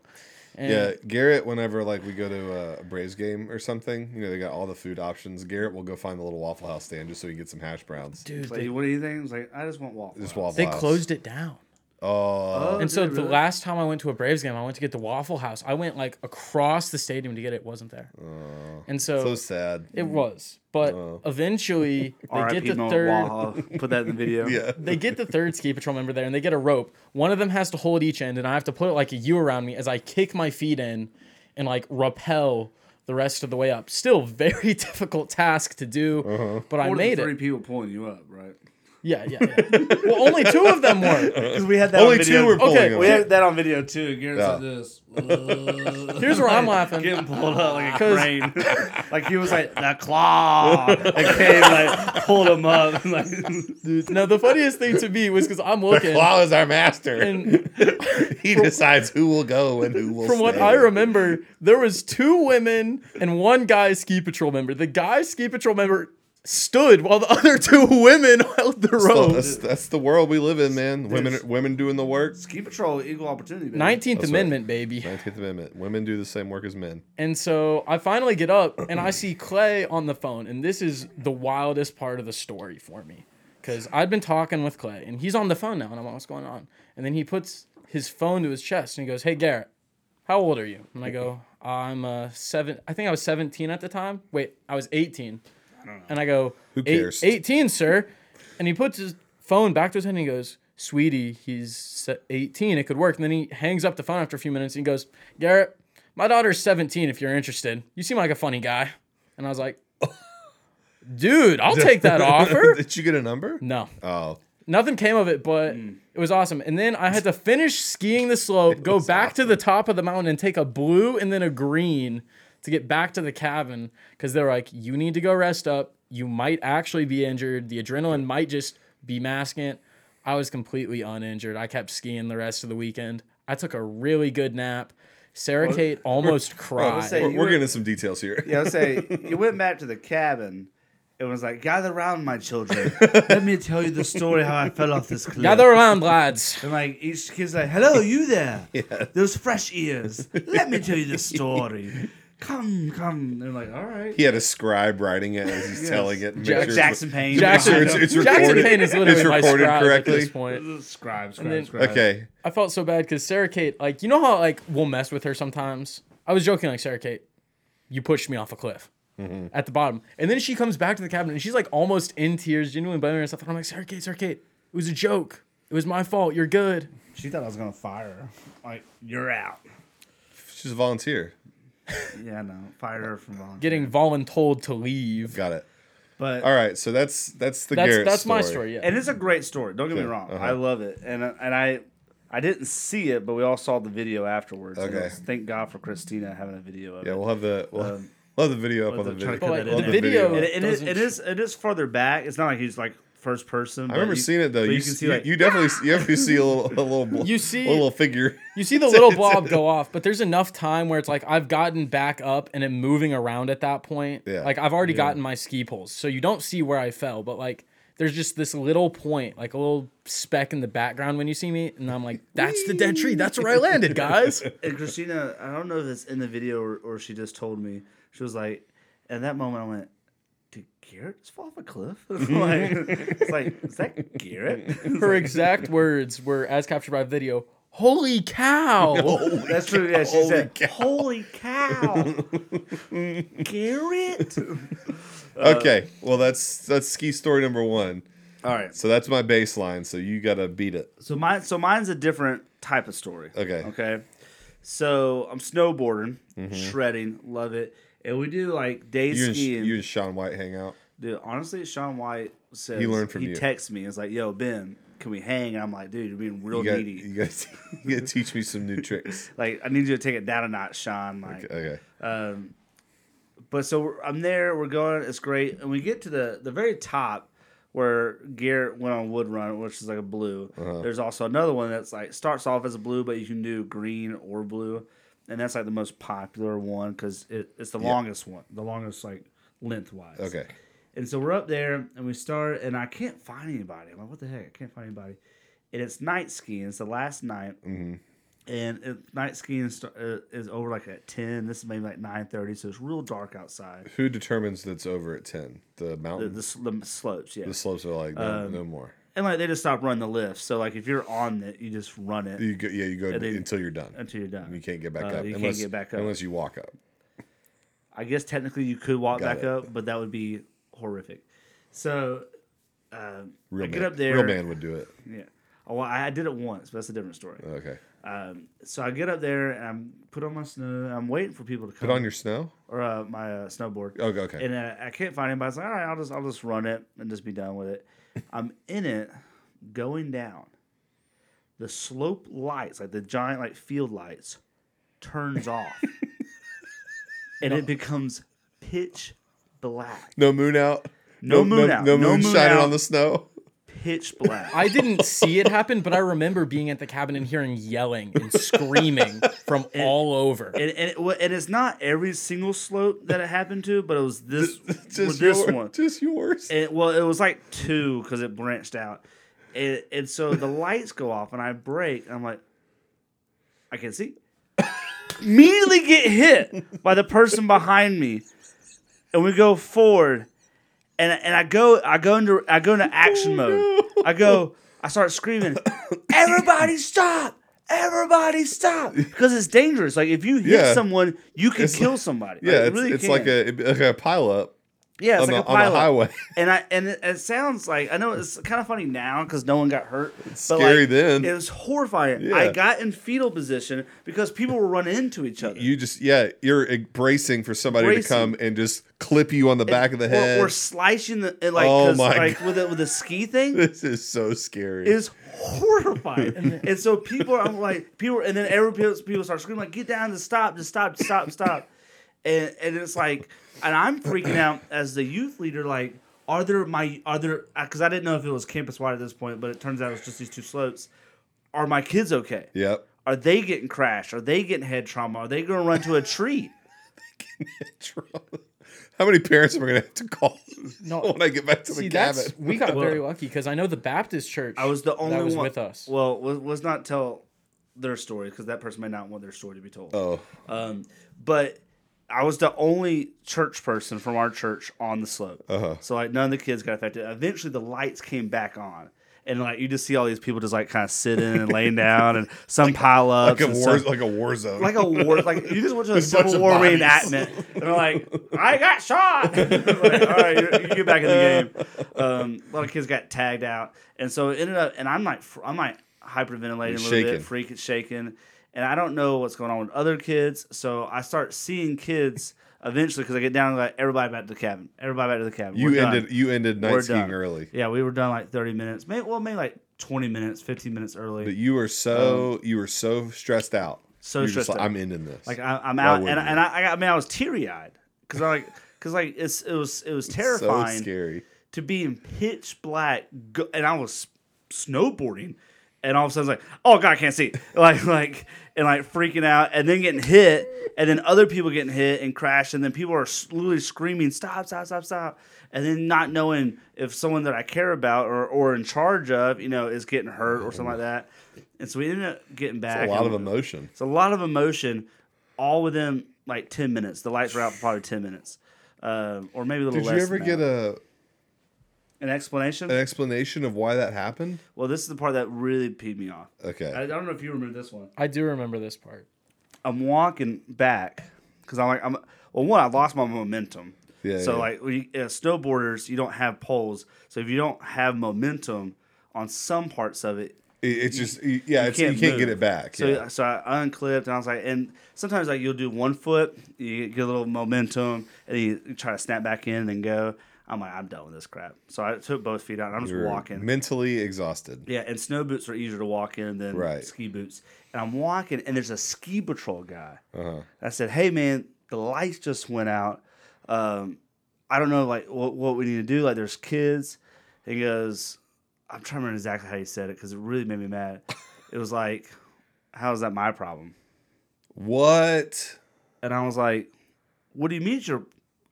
Speaker 3: And
Speaker 1: Yeah, Garrett. Whenever like we go to uh, a Braves game or something, you know they got all the food options. Garrett will go find the little Waffle House stand just so he can get some hash browns.
Speaker 3: dude,
Speaker 2: like,
Speaker 3: they,
Speaker 2: what do you think? It's like I just want waffle.
Speaker 1: Just
Speaker 2: House.
Speaker 1: Waffle
Speaker 3: they
Speaker 1: House.
Speaker 3: closed it down.
Speaker 1: Oh,
Speaker 2: Oh,
Speaker 3: And so
Speaker 2: dude,
Speaker 3: the
Speaker 2: really?
Speaker 3: last time I went to a Braves game, I went to get the Waffle House. I went like across the stadium to get it. it wasn't there. and
Speaker 1: Uh, so sad.
Speaker 3: It was, but
Speaker 1: Oh.
Speaker 3: eventually they
Speaker 2: R.I.P.
Speaker 3: get the
Speaker 2: Mount
Speaker 3: third.
Speaker 2: Waha. Put that in the video.
Speaker 1: yeah,
Speaker 3: They get the third ski patrol member there, and they get a rope. One of them has to hold each end, and I have to put it like a U around me as I kick my feet in, and like rappel the rest of the way up. Still very difficult task to do,
Speaker 1: Uh-huh.
Speaker 3: but I
Speaker 2: More than
Speaker 3: made
Speaker 2: three
Speaker 3: it.
Speaker 2: people pulling you up, right?
Speaker 3: Yeah, yeah. yeah. well, only two of them were.
Speaker 2: Because we had that
Speaker 1: only
Speaker 2: on video.
Speaker 1: two were pulling.
Speaker 3: Okay,
Speaker 1: up.
Speaker 2: We had that on video too. and Garrett's
Speaker 1: Yeah.
Speaker 2: like this. Uh,
Speaker 3: Here's where I'm laughing.
Speaker 2: Getting pulled up like a
Speaker 3: 'Cause-
Speaker 2: crane. like he was like the claw. Like came like pulled him up. And like
Speaker 3: Now the funniest thing to me was because I'm
Speaker 1: The
Speaker 3: looking.
Speaker 1: Claw is our master.
Speaker 3: And
Speaker 1: he decides who will go and who will.
Speaker 3: From what
Speaker 1: stay.
Speaker 3: I remember, there was two women and one guy ski patrol member. The guy ski patrol member stood while the other two women held
Speaker 1: So
Speaker 3: the rope.
Speaker 1: that's, that's the world we live in, man. Women, women doing the work.
Speaker 2: ski patrol, equal opportunity. Baby.
Speaker 3: Nineteenth
Speaker 1: That's right.
Speaker 3: Amendment, baby.
Speaker 1: Nineteenth Amendment. Women do the same work as men.
Speaker 3: And so I finally get up and I see Clay on the phone, and this is the wildest part of the story for me because I'd been talking with Clay, and he's on the phone now, and I'm like, "What's going on?" And then he puts his phone to his chest and he goes, "Hey Garrett, how old are you?" And I go, "I'm uh, seven. I think I was 17 at the time. Wait, I was 18." And I go, Who
Speaker 1: cares?"
Speaker 3: 18, sir. And he puts his phone back to his head and he goes, Sweetie, he's se- 18. It could work. And then he hangs up the phone after a few minutes and he goes, Garrett, my daughter's 17 if you're interested. You seem like a funny guy. And I was like, Dude, I'll take that offer.
Speaker 1: Did you get a number?
Speaker 3: No,
Speaker 1: Oh,
Speaker 3: nothing came of it, but it was awesome. And then I had to finish skiing the slope, go back to the top of the mountain, and take a blue and then a green to get back to the cabin because they're like, you need to go rest up. You might actually be injured. The adrenaline might just be masking it. I was completely uninjured. I kept skiing the rest of the weekend. I took a really good nap. Sarah Kate almost cried.
Speaker 2: say-
Speaker 1: we're,
Speaker 2: you
Speaker 1: we're
Speaker 2: were-
Speaker 1: getting some details here.
Speaker 2: Yeah, I would say you went back to the cabin. and was like, gather around, my children. Let me tell you the story how I fell off this cliff.
Speaker 3: Gather around, lads.
Speaker 2: And like each kid's like, "Hello, you there? Those fresh ears. Let me tell you the story. Come, come." They're like, "All right."
Speaker 1: He had a scribe writing it as he's telling it. and make
Speaker 2: Jack-
Speaker 1: sure it's-
Speaker 2: Jackson Payne.
Speaker 3: Jackson,
Speaker 1: It's- it's
Speaker 3: Jackson
Speaker 1: recorded-
Speaker 3: Payne is literally
Speaker 1: it's
Speaker 3: my
Speaker 1: recorded
Speaker 3: scribe at
Speaker 1: correctly.
Speaker 3: this point.
Speaker 2: Scribe, scribe,
Speaker 3: then-
Speaker 2: scribe.
Speaker 1: Okay.
Speaker 3: I felt so bad because Sarah Kate, like, you know how like we'll mess with her sometimes. I was joking, like Sarah Kate, you pushed me off a cliff
Speaker 1: Mm-hmm.
Speaker 3: at the bottom, and then she comes back to the cabin and she's like almost in tears, genuinely blaming herself. And I'm like, Sarah Kate, Sarah Kate, it was a joke. It was my fault. You're good.
Speaker 2: She thought I was gonna fire her. Like, you're out.
Speaker 1: She's a volunteer.
Speaker 2: Yeah, no, fire her from volunteer.
Speaker 3: Getting voluntold to leave.
Speaker 1: Got it.
Speaker 2: but
Speaker 1: All right. So that's that's the
Speaker 3: That's
Speaker 1: Garrett
Speaker 3: that's
Speaker 1: story.
Speaker 3: my story. Yeah.
Speaker 2: and it's a great story. Don't get me
Speaker 1: Okay,
Speaker 2: wrong,
Speaker 1: uh-huh.
Speaker 2: I love it, and uh, and I I didn't see it, but we all saw the video afterwards. and it
Speaker 1: Okay.
Speaker 2: was- thank God for Christina having a video of
Speaker 1: Yeah,
Speaker 2: it.
Speaker 1: we'll have the we'll, we'll have the video up on the
Speaker 2: the-
Speaker 1: video.
Speaker 2: trying to
Speaker 3: but like
Speaker 2: that
Speaker 3: the
Speaker 2: in there.
Speaker 3: video,
Speaker 1: It-
Speaker 2: And it, it is
Speaker 3: doesn't
Speaker 2: it is it is further back. It's not like he's like first person.
Speaker 1: I remember seeing it though. You,
Speaker 2: you
Speaker 1: s-
Speaker 2: can see
Speaker 1: you-
Speaker 2: like
Speaker 1: you definitely see- you definitely see a little a little bl-
Speaker 3: You see-
Speaker 1: a little figure.
Speaker 3: You see the little blob go off, but there's enough time where it's like I've gotten back up and it moving around at that point.
Speaker 1: Yeah.
Speaker 3: Like I've already gotten my ski poles, so you don't see where I fell, but like there's just this little point, like a little speck in the background when you see me, and I'm like, that's the dead tree. That's where I landed, guys.
Speaker 2: And Christina, I don't know if it's in the video or, or she just told me. She was like, at that moment, I went, "Did Garrett just fall off a cliff?" like, it's like, is that Garrett?
Speaker 3: Her exact words were, as captured by video, holy cow.
Speaker 2: That's true. Yeah, she
Speaker 1: Holy
Speaker 2: said,
Speaker 1: cow.
Speaker 2: "Holy cow, Garrett!"
Speaker 1: Okay, well that's that's ski story number one.
Speaker 2: All right.
Speaker 1: So that's my baseline. So you gotta beat it.
Speaker 2: So mine, so mine's a different type of story.
Speaker 1: Okay. Mm-hmm.
Speaker 2: Okay. So I'm snowboarding, shredding, love it, and we do like day
Speaker 1: You and, Sh-
Speaker 2: skiing.
Speaker 1: you and Sean White hang out.
Speaker 2: Dude, honestly, Sean White says
Speaker 1: He learned from
Speaker 2: he
Speaker 1: you.
Speaker 2: texts me. It's like, "Yo, Ben, can we hang?" And I'm like, "Dude, you're being real
Speaker 1: You got
Speaker 2: needy.
Speaker 1: you got you gotta teach me some new tricks.
Speaker 2: like, I need you to take it down a notch, Sean." Like,
Speaker 1: Okay.
Speaker 2: but so we're, I'm there. We're going. It's great, and we get to the the very top where Garrett went on Wood Run, which is like a blue. There's also another one that's like starts off as a blue, but you can do green or blue, and that's like the most popular one because it, it's the longest one, the longest like lengthwise.
Speaker 1: Okay.
Speaker 2: And so we're up there and we start, and I can't find anybody. I'm like, what the heck? I can't find anybody. And it's night skiing. It's the last night. Mm-hmm. And it, night skiing st- uh, is over like at 10. This is maybe like 9.30, so it's real dark outside.
Speaker 1: Who determines that's over at ten? The
Speaker 2: The,
Speaker 1: mountain.
Speaker 2: the, Um,
Speaker 1: The,
Speaker 2: sl- the slopes, yeah.
Speaker 1: slopes are like no, no more.
Speaker 2: and like they just stop running the lift. So like if you're on it, you just run it
Speaker 1: You go, yeah, Mm-hmm. you go
Speaker 2: then-
Speaker 1: until you're done.
Speaker 2: until you're done.
Speaker 1: you can't get back
Speaker 2: Uh,
Speaker 1: up.
Speaker 2: You
Speaker 1: unless,
Speaker 2: can't get back up.
Speaker 1: unless you walk up.
Speaker 2: I guess technically you could walk
Speaker 1: Got
Speaker 2: back
Speaker 1: it.
Speaker 2: up, but that would be horrific. So um,
Speaker 1: Real
Speaker 2: I get
Speaker 1: man,
Speaker 2: up there.
Speaker 1: Real man would do it.
Speaker 2: Yeah. Oh, Well, I I did it once, but that's a different story.
Speaker 1: Okay.
Speaker 2: Um, so I get up there and I'm put on my snow. I'm waiting for people to come
Speaker 1: Put on your snow.
Speaker 2: or uh, my uh, snowboard.
Speaker 1: Okay, okay.
Speaker 2: Um, And uh, I can't find anybody. I was like, all right, I'll just I'll just run it and just be done with it. I'm in it, going down. The slope lights, like the giant like field lights, turns off, and it becomes pitch black.
Speaker 1: No moon out.
Speaker 2: No moon out.
Speaker 1: No,
Speaker 2: No
Speaker 1: moon,
Speaker 2: moon
Speaker 1: shining
Speaker 2: out.
Speaker 1: on the snow.
Speaker 2: Pitch black.
Speaker 3: I didn't see it happen, but I remember being at the cabin and hearing yelling and screaming from all over.
Speaker 2: and and, it, wa- and it's not every single slope that it happened to, but it was this
Speaker 1: Just
Speaker 2: this
Speaker 1: yours.
Speaker 2: one.
Speaker 1: Just yours.
Speaker 2: And well, it was like two because it branched out, and, and so the lights go off, and I break. I'm like, I can see. Immediately get hit by the person behind me, and we go forward, and and I go I go into I go into action mode. I go I start screaming, everybody stop. Everybody stop because it's dangerous. Like if you hit
Speaker 1: Yeah.
Speaker 2: someone, you can
Speaker 1: It's
Speaker 2: kill
Speaker 1: like-
Speaker 2: somebody.
Speaker 1: yeah,
Speaker 2: Like,
Speaker 1: it's,
Speaker 2: really
Speaker 1: it's
Speaker 2: can.
Speaker 1: like a like a pile up
Speaker 2: yeah, it's
Speaker 1: on,
Speaker 2: like
Speaker 1: the,
Speaker 2: a pilot
Speaker 1: on the highway.
Speaker 2: and I and it, it sounds like I know it's kind of funny now because no one got hurt. but
Speaker 1: scary
Speaker 2: like,
Speaker 1: then.
Speaker 2: It was horrifying.
Speaker 1: Yeah.
Speaker 2: I got in fetal position because people were running into each other.
Speaker 1: you just yeah, you're e, bracing for somebody to
Speaker 2: Bracing.
Speaker 1: come and just clip you on the back of the head.
Speaker 2: Or, or slashing the it like
Speaker 1: Oh
Speaker 2: 'cause,
Speaker 1: my
Speaker 2: like with a, with a ski thing
Speaker 1: this is so scary.
Speaker 2: is horrifying. and, so people, I'm like people, and then everybody people start screaming like, "Get down! Just stop! Just stop! Just stop! Stop!" And and it's like, and I'm freaking out as the youth leader, like. Are there my are there because I didn't know if it was campus wide at this point, but it turns out it was just these two slopes. Are my kids okay?
Speaker 1: yep.
Speaker 2: Are they getting crashed? Are they getting head trauma? Are they going to run to a tree?
Speaker 1: How many parents am I gonna have to call
Speaker 3: No,
Speaker 1: when I get back to the
Speaker 3: see,
Speaker 1: cabin?
Speaker 3: that's we got very lucky because I know the Baptist church.
Speaker 2: I was the only
Speaker 3: that was
Speaker 2: one
Speaker 3: with us.
Speaker 2: Well, was, was not tell their story because that person may not want their story to be told.
Speaker 1: oh,
Speaker 2: Um, but I was the only church person from our church on the slope.
Speaker 1: Uh-huh.
Speaker 2: So like none of the kids got affected. Eventually the lights came back on. And like you just see all these people just like kind of sitting and laying down and some pile ups.
Speaker 1: like a
Speaker 2: and
Speaker 1: war,
Speaker 2: some-
Speaker 1: like a war zone.
Speaker 2: like a war, like you just went to a
Speaker 1: There's a bunch
Speaker 2: Civil
Speaker 1: of
Speaker 2: War
Speaker 1: bodies.
Speaker 2: reenactment, and they're like, "I got shot." like, all right, you're, you get back in the game. Um, a lot of kids got tagged out, and so it ended up, and I'm like, fr- I'm like hyperventilating a little
Speaker 1: shaking.
Speaker 2: bit, freaking shaking, and I don't know what's going on with other kids, so I start seeing kids eventually because I get down like everybody back to the cabin, everybody back to the cabin.
Speaker 1: you
Speaker 2: We're done.
Speaker 1: ended you ended night
Speaker 2: We're
Speaker 1: skiing
Speaker 2: done.
Speaker 1: early.
Speaker 2: Yeah, we were done like 30 minutes, maybe well, maybe like 20 minutes, 15 minutes early.
Speaker 1: But you were so you were so stressed out.
Speaker 2: Um, So
Speaker 1: You're
Speaker 2: stressed
Speaker 1: just like,
Speaker 2: out.
Speaker 1: I'm ending this.
Speaker 2: Like I, I'm
Speaker 1: Why
Speaker 2: out,
Speaker 1: wouldn't
Speaker 2: and, I-
Speaker 1: you?
Speaker 2: and I, I, got- I mean, I was teary eyed because I like because like it's it was it was
Speaker 1: So
Speaker 2: terrifying
Speaker 1: scary.
Speaker 2: to be in pitch black, go, and I was s- snowboarding, and all of a sudden it's like, oh god, I can't see, like like and like freaking out, and then getting hit, and then other people getting hit and crash, and then people are s- literally screaming, stop, stop, stop, stop, and then not knowing if someone that I care about or or in charge of, you know, is getting hurt or something like that, and so we ended up getting back.
Speaker 1: a lot of
Speaker 2: and-
Speaker 1: emotion.
Speaker 2: it's a lot of emotion, all within like ten minutes. The lights were out for probably ten minutes, Um or maybe a little
Speaker 1: Did
Speaker 2: less.
Speaker 1: you ever
Speaker 2: than
Speaker 1: get Uh,
Speaker 2: that.
Speaker 1: a
Speaker 2: an explanation?
Speaker 1: an explanation of why that happened?
Speaker 2: well, this is the part that really peed me off.
Speaker 1: uh,
Speaker 2: I, I
Speaker 1: Okay.
Speaker 2: don't know if you remember this one.
Speaker 3: I do remember this part.
Speaker 2: I'm walking back because I'm like I'm. Well, one, I lost my momentum.
Speaker 1: Yeah,
Speaker 2: So
Speaker 1: yeah.
Speaker 2: like when you, as snowboarders, you don't have poles. So if you don't have momentum on some parts of it,
Speaker 1: It, it's just y- yeah, it's, you can't get
Speaker 2: move.
Speaker 1: it back.
Speaker 2: So
Speaker 1: yeah.
Speaker 2: so I unclipped and I was like, and sometimes like you'll do one foot, you get a little momentum, and you, you try to snap back in and then go. I'm like, I'm done with this crap. So I took both feet out and I'm just
Speaker 1: You're
Speaker 2: walking.
Speaker 1: mentally exhausted.
Speaker 2: yeah, and snow boots are easier to walk in than
Speaker 1: Right.
Speaker 2: ski boots. And I'm walking, and there's a ski patrol guy.
Speaker 1: Uh-huh.
Speaker 2: I said, "Hey, man, the lights just went out. Um, I don't know, like, what, what we need to do. Like, there's kids." He goes, "I'm trying to remember exactly how he said it because it really made me mad. It was like, how is that my problem?"
Speaker 1: What?
Speaker 2: And I was like, "What do you mean? You're?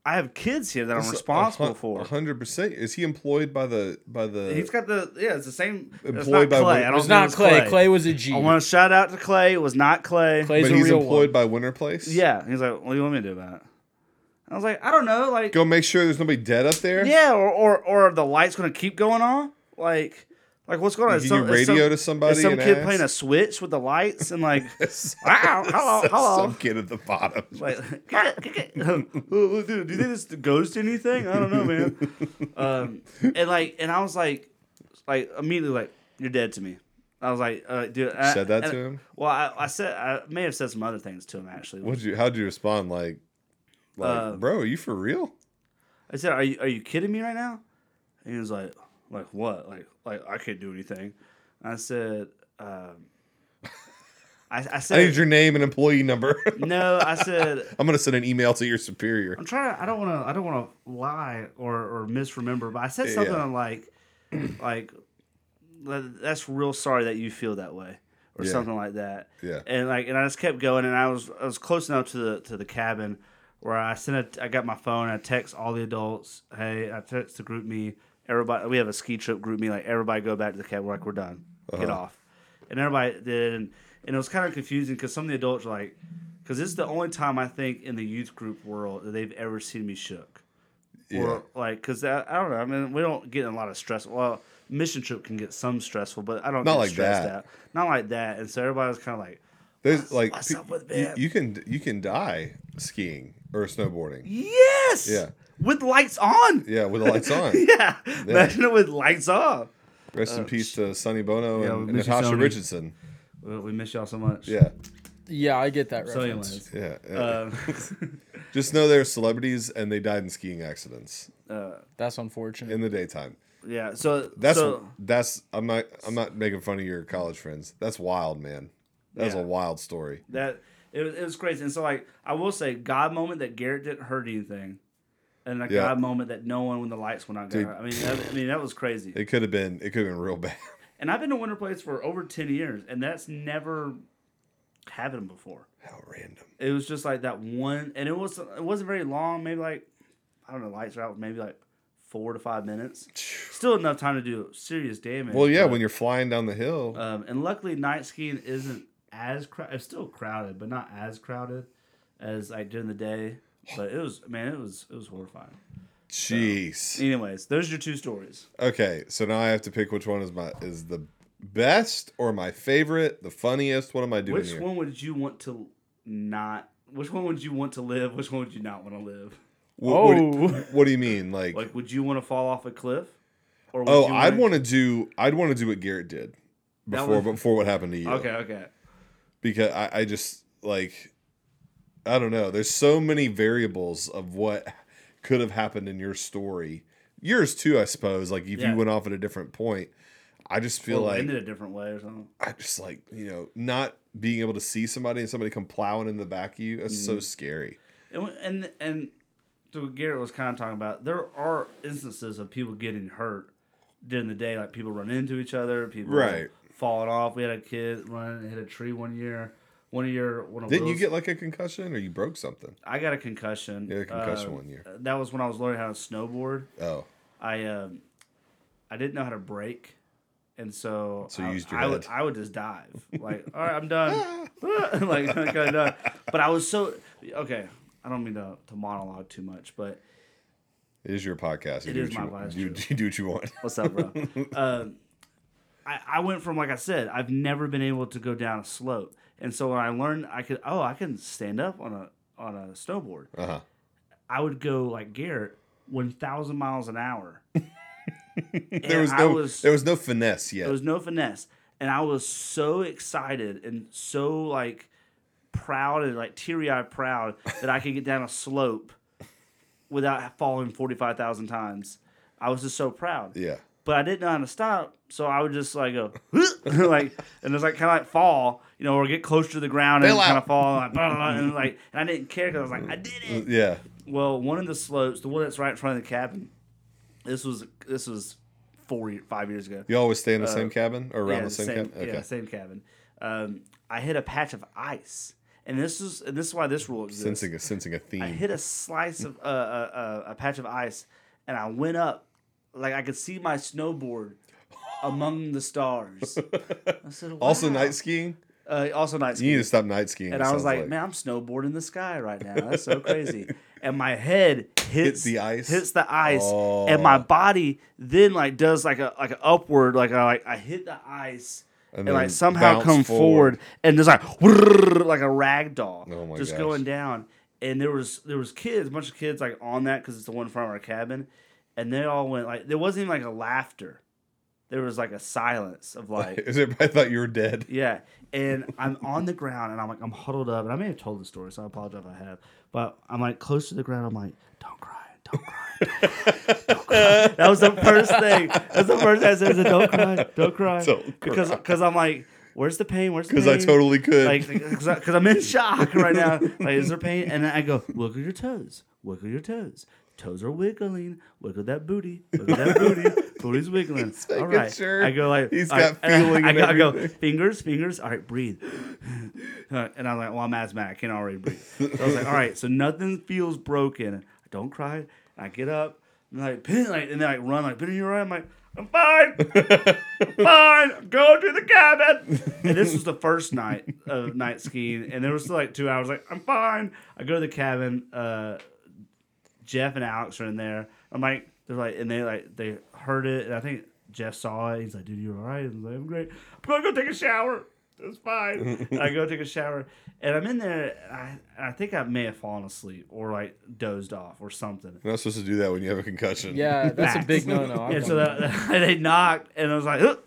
Speaker 2: I have kids here that I'm
Speaker 1: It's a
Speaker 2: responsible
Speaker 1: hun-
Speaker 2: for."
Speaker 1: a hundred percent. Is he employed by the by the?
Speaker 2: He's got the yeah. It's the same. It's
Speaker 1: Employed
Speaker 2: not
Speaker 1: by
Speaker 2: Clay.
Speaker 1: Win-
Speaker 2: I don't
Speaker 3: It was
Speaker 2: think
Speaker 3: not Clay. Clay. was a G.
Speaker 2: I want to shout out to Clay. It was not Clay.
Speaker 3: Clay's
Speaker 1: but
Speaker 3: a
Speaker 1: he's
Speaker 3: real
Speaker 1: employed
Speaker 3: one.
Speaker 1: by Winter Place.
Speaker 2: Yeah. He's like, "What do you want me to do about it?" I was like, "I don't know. Like,
Speaker 1: Go make sure there's nobody dead up there.
Speaker 2: Yeah, or, or or the light's gonna keep going on. Like like what's going on?
Speaker 1: Can
Speaker 2: Is
Speaker 1: you
Speaker 2: is
Speaker 1: radio to somebody
Speaker 2: Is some
Speaker 1: and
Speaker 2: kid
Speaker 1: ask?
Speaker 2: playing a switch with the lights and like wow, hello, hello.
Speaker 1: Some kid at the bottom.
Speaker 2: Like, dude, do you think this ghost anything? I don't know, man. Um, and like, and I was like, like immediately, like you're dead to me. I was like, uh, dude. I,
Speaker 1: Said that
Speaker 2: and-
Speaker 1: to him?
Speaker 2: Well, I, I said I may have said some other things to him actually.
Speaker 1: What'd you? How'd you respond? Like, like,
Speaker 2: Uh,
Speaker 1: bro, are you for real?
Speaker 2: I said, "Are you are you kidding me right now?" And he was like, "Like what? Like like I can't do anything." And I said, um, I, I
Speaker 1: I need
Speaker 2: said
Speaker 1: your name and employee number.
Speaker 2: no. I said
Speaker 1: I'm gonna send an email to your superior.
Speaker 2: I'm trying. I don't want to. I don't want to lie or or misremember. But I said something
Speaker 1: Yeah.
Speaker 2: like like "That- that's real sorry that you feel that way or
Speaker 1: Yeah.
Speaker 2: something like that.
Speaker 1: Yeah.
Speaker 2: And like and I just kept going and I was I was close enough to the to the cabin where I sent a, I got my phone I text all the adults hey I text the group me everybody we have a ski trip group me like everybody go back to the cabin we're like we're done get
Speaker 1: Uh-huh.
Speaker 2: off and everybody did and, and it was kind of confusing because some of the adults were like because this is the only time I think in the youth group world that they've ever seen me shook
Speaker 1: Yeah.
Speaker 2: or like because I, I don't know. I mean, we don't get in a lot of stress. Well, mission trip can get some stressful, but I don't
Speaker 1: Not
Speaker 2: get
Speaker 1: like
Speaker 2: stressed
Speaker 1: that.
Speaker 2: out. Not like that. And so everybody was kind of like,
Speaker 1: There's like
Speaker 2: what's
Speaker 1: pe-
Speaker 2: up with
Speaker 1: you,
Speaker 2: that?
Speaker 1: you can you can die skiing or snowboarding.
Speaker 2: "Yes,
Speaker 1: Yeah.
Speaker 2: with lights on,
Speaker 1: Yeah, with the lights on.
Speaker 2: yeah, imagine it with lights off."
Speaker 1: Rest in peace to Sonny Bono
Speaker 2: Oh, yeah,
Speaker 1: and,
Speaker 2: Mr.
Speaker 1: and Natasha
Speaker 2: Sonny.
Speaker 1: Richardson.
Speaker 2: Well, we miss y'all so much.
Speaker 1: Yeah,
Speaker 3: Yeah, I get that
Speaker 2: So,
Speaker 3: reference.
Speaker 2: anyways,
Speaker 1: yeah. yeah.
Speaker 2: uh,
Speaker 1: Just know they're celebrities and they died in skiing accidents
Speaker 3: That's unfortunate.
Speaker 1: in the daytime.
Speaker 2: uh, yeah. So
Speaker 1: That's
Speaker 2: so,
Speaker 1: that's I'm not I'm not making fun of your college friends. That's wild, man. That's
Speaker 2: Yeah.
Speaker 1: a wild story.
Speaker 2: that it was, it was crazy. And so like I will say, God moment that Garrett didn't hurt anything, and a
Speaker 1: Yeah.
Speaker 2: God moment that no one when the lights went out. got
Speaker 1: Dude.
Speaker 2: hurt. I mean, that, I mean that was crazy.
Speaker 1: It could have been it could have been real bad.
Speaker 2: And I've been to Winter Place for over 10 years, and that's never happened before.
Speaker 1: How random.
Speaker 2: It was just like that one, and it was it wasn't very long. Maybe like I don't know, lights were out maybe like four to five minutes. Still enough time to do serious damage.
Speaker 1: Well, yeah,
Speaker 2: but,
Speaker 1: when you're flying down the hill,
Speaker 2: um, and luckily night skiing isn't as crowded. It's still crowded, but not as crowded as like during the day. But it was man, it was it was horrifying.
Speaker 1: jeez.
Speaker 2: Anyways, those are your two stories.
Speaker 1: Okay, so now I have to pick which one is my is the best or my favorite, the funniest. What am I doing
Speaker 2: Which
Speaker 1: here?
Speaker 2: one would you want to not? Which one would you want to live? Which one would you not want to live?
Speaker 1: Wh- what, do-
Speaker 3: Oh.
Speaker 1: what do you mean? Like,
Speaker 2: Like, would you want to fall off a cliff? Or would
Speaker 1: oh,
Speaker 2: you
Speaker 1: I'd want to do I'd want to do what Garrett did
Speaker 2: That
Speaker 1: before
Speaker 2: was-
Speaker 1: before what happened to you.
Speaker 2: Okay, okay.
Speaker 1: because I, I just like I don't know. There's so many variables of what could have happened in your story, yours too, I suppose. Like if
Speaker 2: Yeah.
Speaker 1: you went off at a different point, I just feel
Speaker 2: Well,
Speaker 1: like
Speaker 2: ended a different way or something.
Speaker 1: I just like you know not being able to see somebody and somebody come plowing in the back of you. That's
Speaker 2: Mm-hmm.
Speaker 1: so scary.
Speaker 2: And we- and and to what Garrett was kind of talking about, there are instances of people getting hurt during the day, like people run into each other, people
Speaker 1: Right.
Speaker 2: falling off. We had a kid running and hit a tree one year. One year, one of
Speaker 1: Didn't you
Speaker 2: Will's-
Speaker 1: get like a concussion or you broke something?
Speaker 2: I got a concussion.
Speaker 1: You had a concussion
Speaker 2: uh,
Speaker 1: one year.
Speaker 2: That was when I was learning how to snowboard.
Speaker 1: Oh,
Speaker 2: I um, I didn't know how to brake, and so
Speaker 1: So you
Speaker 2: I,
Speaker 1: used your
Speaker 2: I would
Speaker 1: head.
Speaker 2: I would just dive like all right I'm done like kind of done. But I was so okay. I don't mean to, to monologue too much, but
Speaker 1: it is your podcast. You
Speaker 2: It
Speaker 1: do
Speaker 2: is
Speaker 1: what
Speaker 2: my
Speaker 1: you want.
Speaker 2: podcast,
Speaker 1: You, you do what you want.
Speaker 2: what's up, bro? um, I I went from like I said I've never been able to go down a slope, and so when I learned I could oh I can stand up on a on a snowboard,
Speaker 1: Uh huh.
Speaker 2: I would go like Garrett one thousand miles an hour.
Speaker 1: There was no there was no finesse yet.
Speaker 2: There was no finesse. And I was so excited and so like proud and like teary eyed proud that I could get down a slope without falling 45,000 times. I was just so proud.
Speaker 1: yeah.
Speaker 2: But I didn't know how to stop. So I would just like go, like, and it's like kind of like fall, you know, or get closer to the ground and
Speaker 1: Bail
Speaker 2: kind of
Speaker 1: out.
Speaker 2: fall. Like, blah, blah, blah, and like, and I didn't care because I was like, I did it.
Speaker 1: Yeah.
Speaker 2: Well, one of the slopes, the one that's right in front of the cabin. This was this was four ye- five years ago.
Speaker 1: You always stay in the same cabin or around
Speaker 2: Uh, yeah,
Speaker 1: the same, cabin. Okay.
Speaker 2: yeah, same cabin. Um, I hit a patch of ice, and this is and this is why this rule exists.
Speaker 1: Sensing a sensing a
Speaker 2: I
Speaker 1: theme.
Speaker 2: hit a slice of uh, uh, uh, a patch of ice, and I went up like I could see my snowboard among the stars. I said,
Speaker 1: Also
Speaker 2: "Wow."
Speaker 1: night skiing.
Speaker 2: uh, also night.
Speaker 1: You need to stop night skiing.
Speaker 2: And
Speaker 1: it
Speaker 2: I was
Speaker 1: sounds
Speaker 2: like, man, I'm snowboarding the sky right now. That's so crazy. and my head hits
Speaker 1: the ice?
Speaker 2: hits the ice,
Speaker 1: Oh.
Speaker 2: and my body then like does like a like an upward, like I like I hit the ice. And,
Speaker 1: then
Speaker 2: like somehow
Speaker 1: bounce
Speaker 2: come forward.
Speaker 1: forward.
Speaker 2: and just like like a rag doll,
Speaker 1: Oh my
Speaker 2: just
Speaker 1: gosh.
Speaker 2: going down. And there was there was kids, a bunch of kids like on that because it's the one in front of our cabin, and they all went like there wasn't even like a laughter, there was like a silence of like
Speaker 1: Is everybody thought you were dead?
Speaker 2: yeah. And I'm on the ground and I'm like, I'm huddled up. And I may have told the story, so I apologize if I have. But I'm like close to the ground. I'm like, don't cry. Don't cry. Don't cry. Don't cry. That was the first thing. That's the first thing I said. I said, don't cry. Don't cry.
Speaker 1: Don't cry.
Speaker 2: Because cause I'm like, where's the pain? Where's the pain?
Speaker 1: Because I totally could.
Speaker 2: Like, because I'm in shock right now. Like, is there pain? And I go, wiggle your toes. Wiggle your toes. Toes are wiggling. Wiggle that booty. Wiggle that booty. Booty's wiggling. All
Speaker 1: making
Speaker 2: right.
Speaker 1: sure
Speaker 2: I go like
Speaker 1: he's
Speaker 2: all right.
Speaker 1: got feeling
Speaker 2: I,
Speaker 1: and
Speaker 2: go- I go
Speaker 1: everything.
Speaker 2: fingers, fingers. All right, breathe. Uh, and I'm like, well, I'm asthmatic. I can already breathe. So I was like, all right. So nothing feels broken. I don't cry. And I get up. And like, pin, like, and then I run like, pin, you're right. I'm like, I'm fine. I'm fine. I'm going to the cabin. And this was the first night of night skiing, and there was still like two hours. Like, I'm fine. I go to the cabin. Uh, Jeff and Alex are in there. I'm like, they're like, and they like, they heard it, and I think Jeff saw it. He's like, dude, you're all right. I'm like, I'm great. I'm gonna go take a shower. It's fine. And I go take a shower, and I'm in there. And I, and I think I may have fallen asleep or like dozed off or something.
Speaker 1: You're not supposed to do that when you have a concussion.
Speaker 3: Yeah, that's a
Speaker 2: Facts.
Speaker 3: big no no.
Speaker 2: And so that, they knocked, and I was like, "Ugh."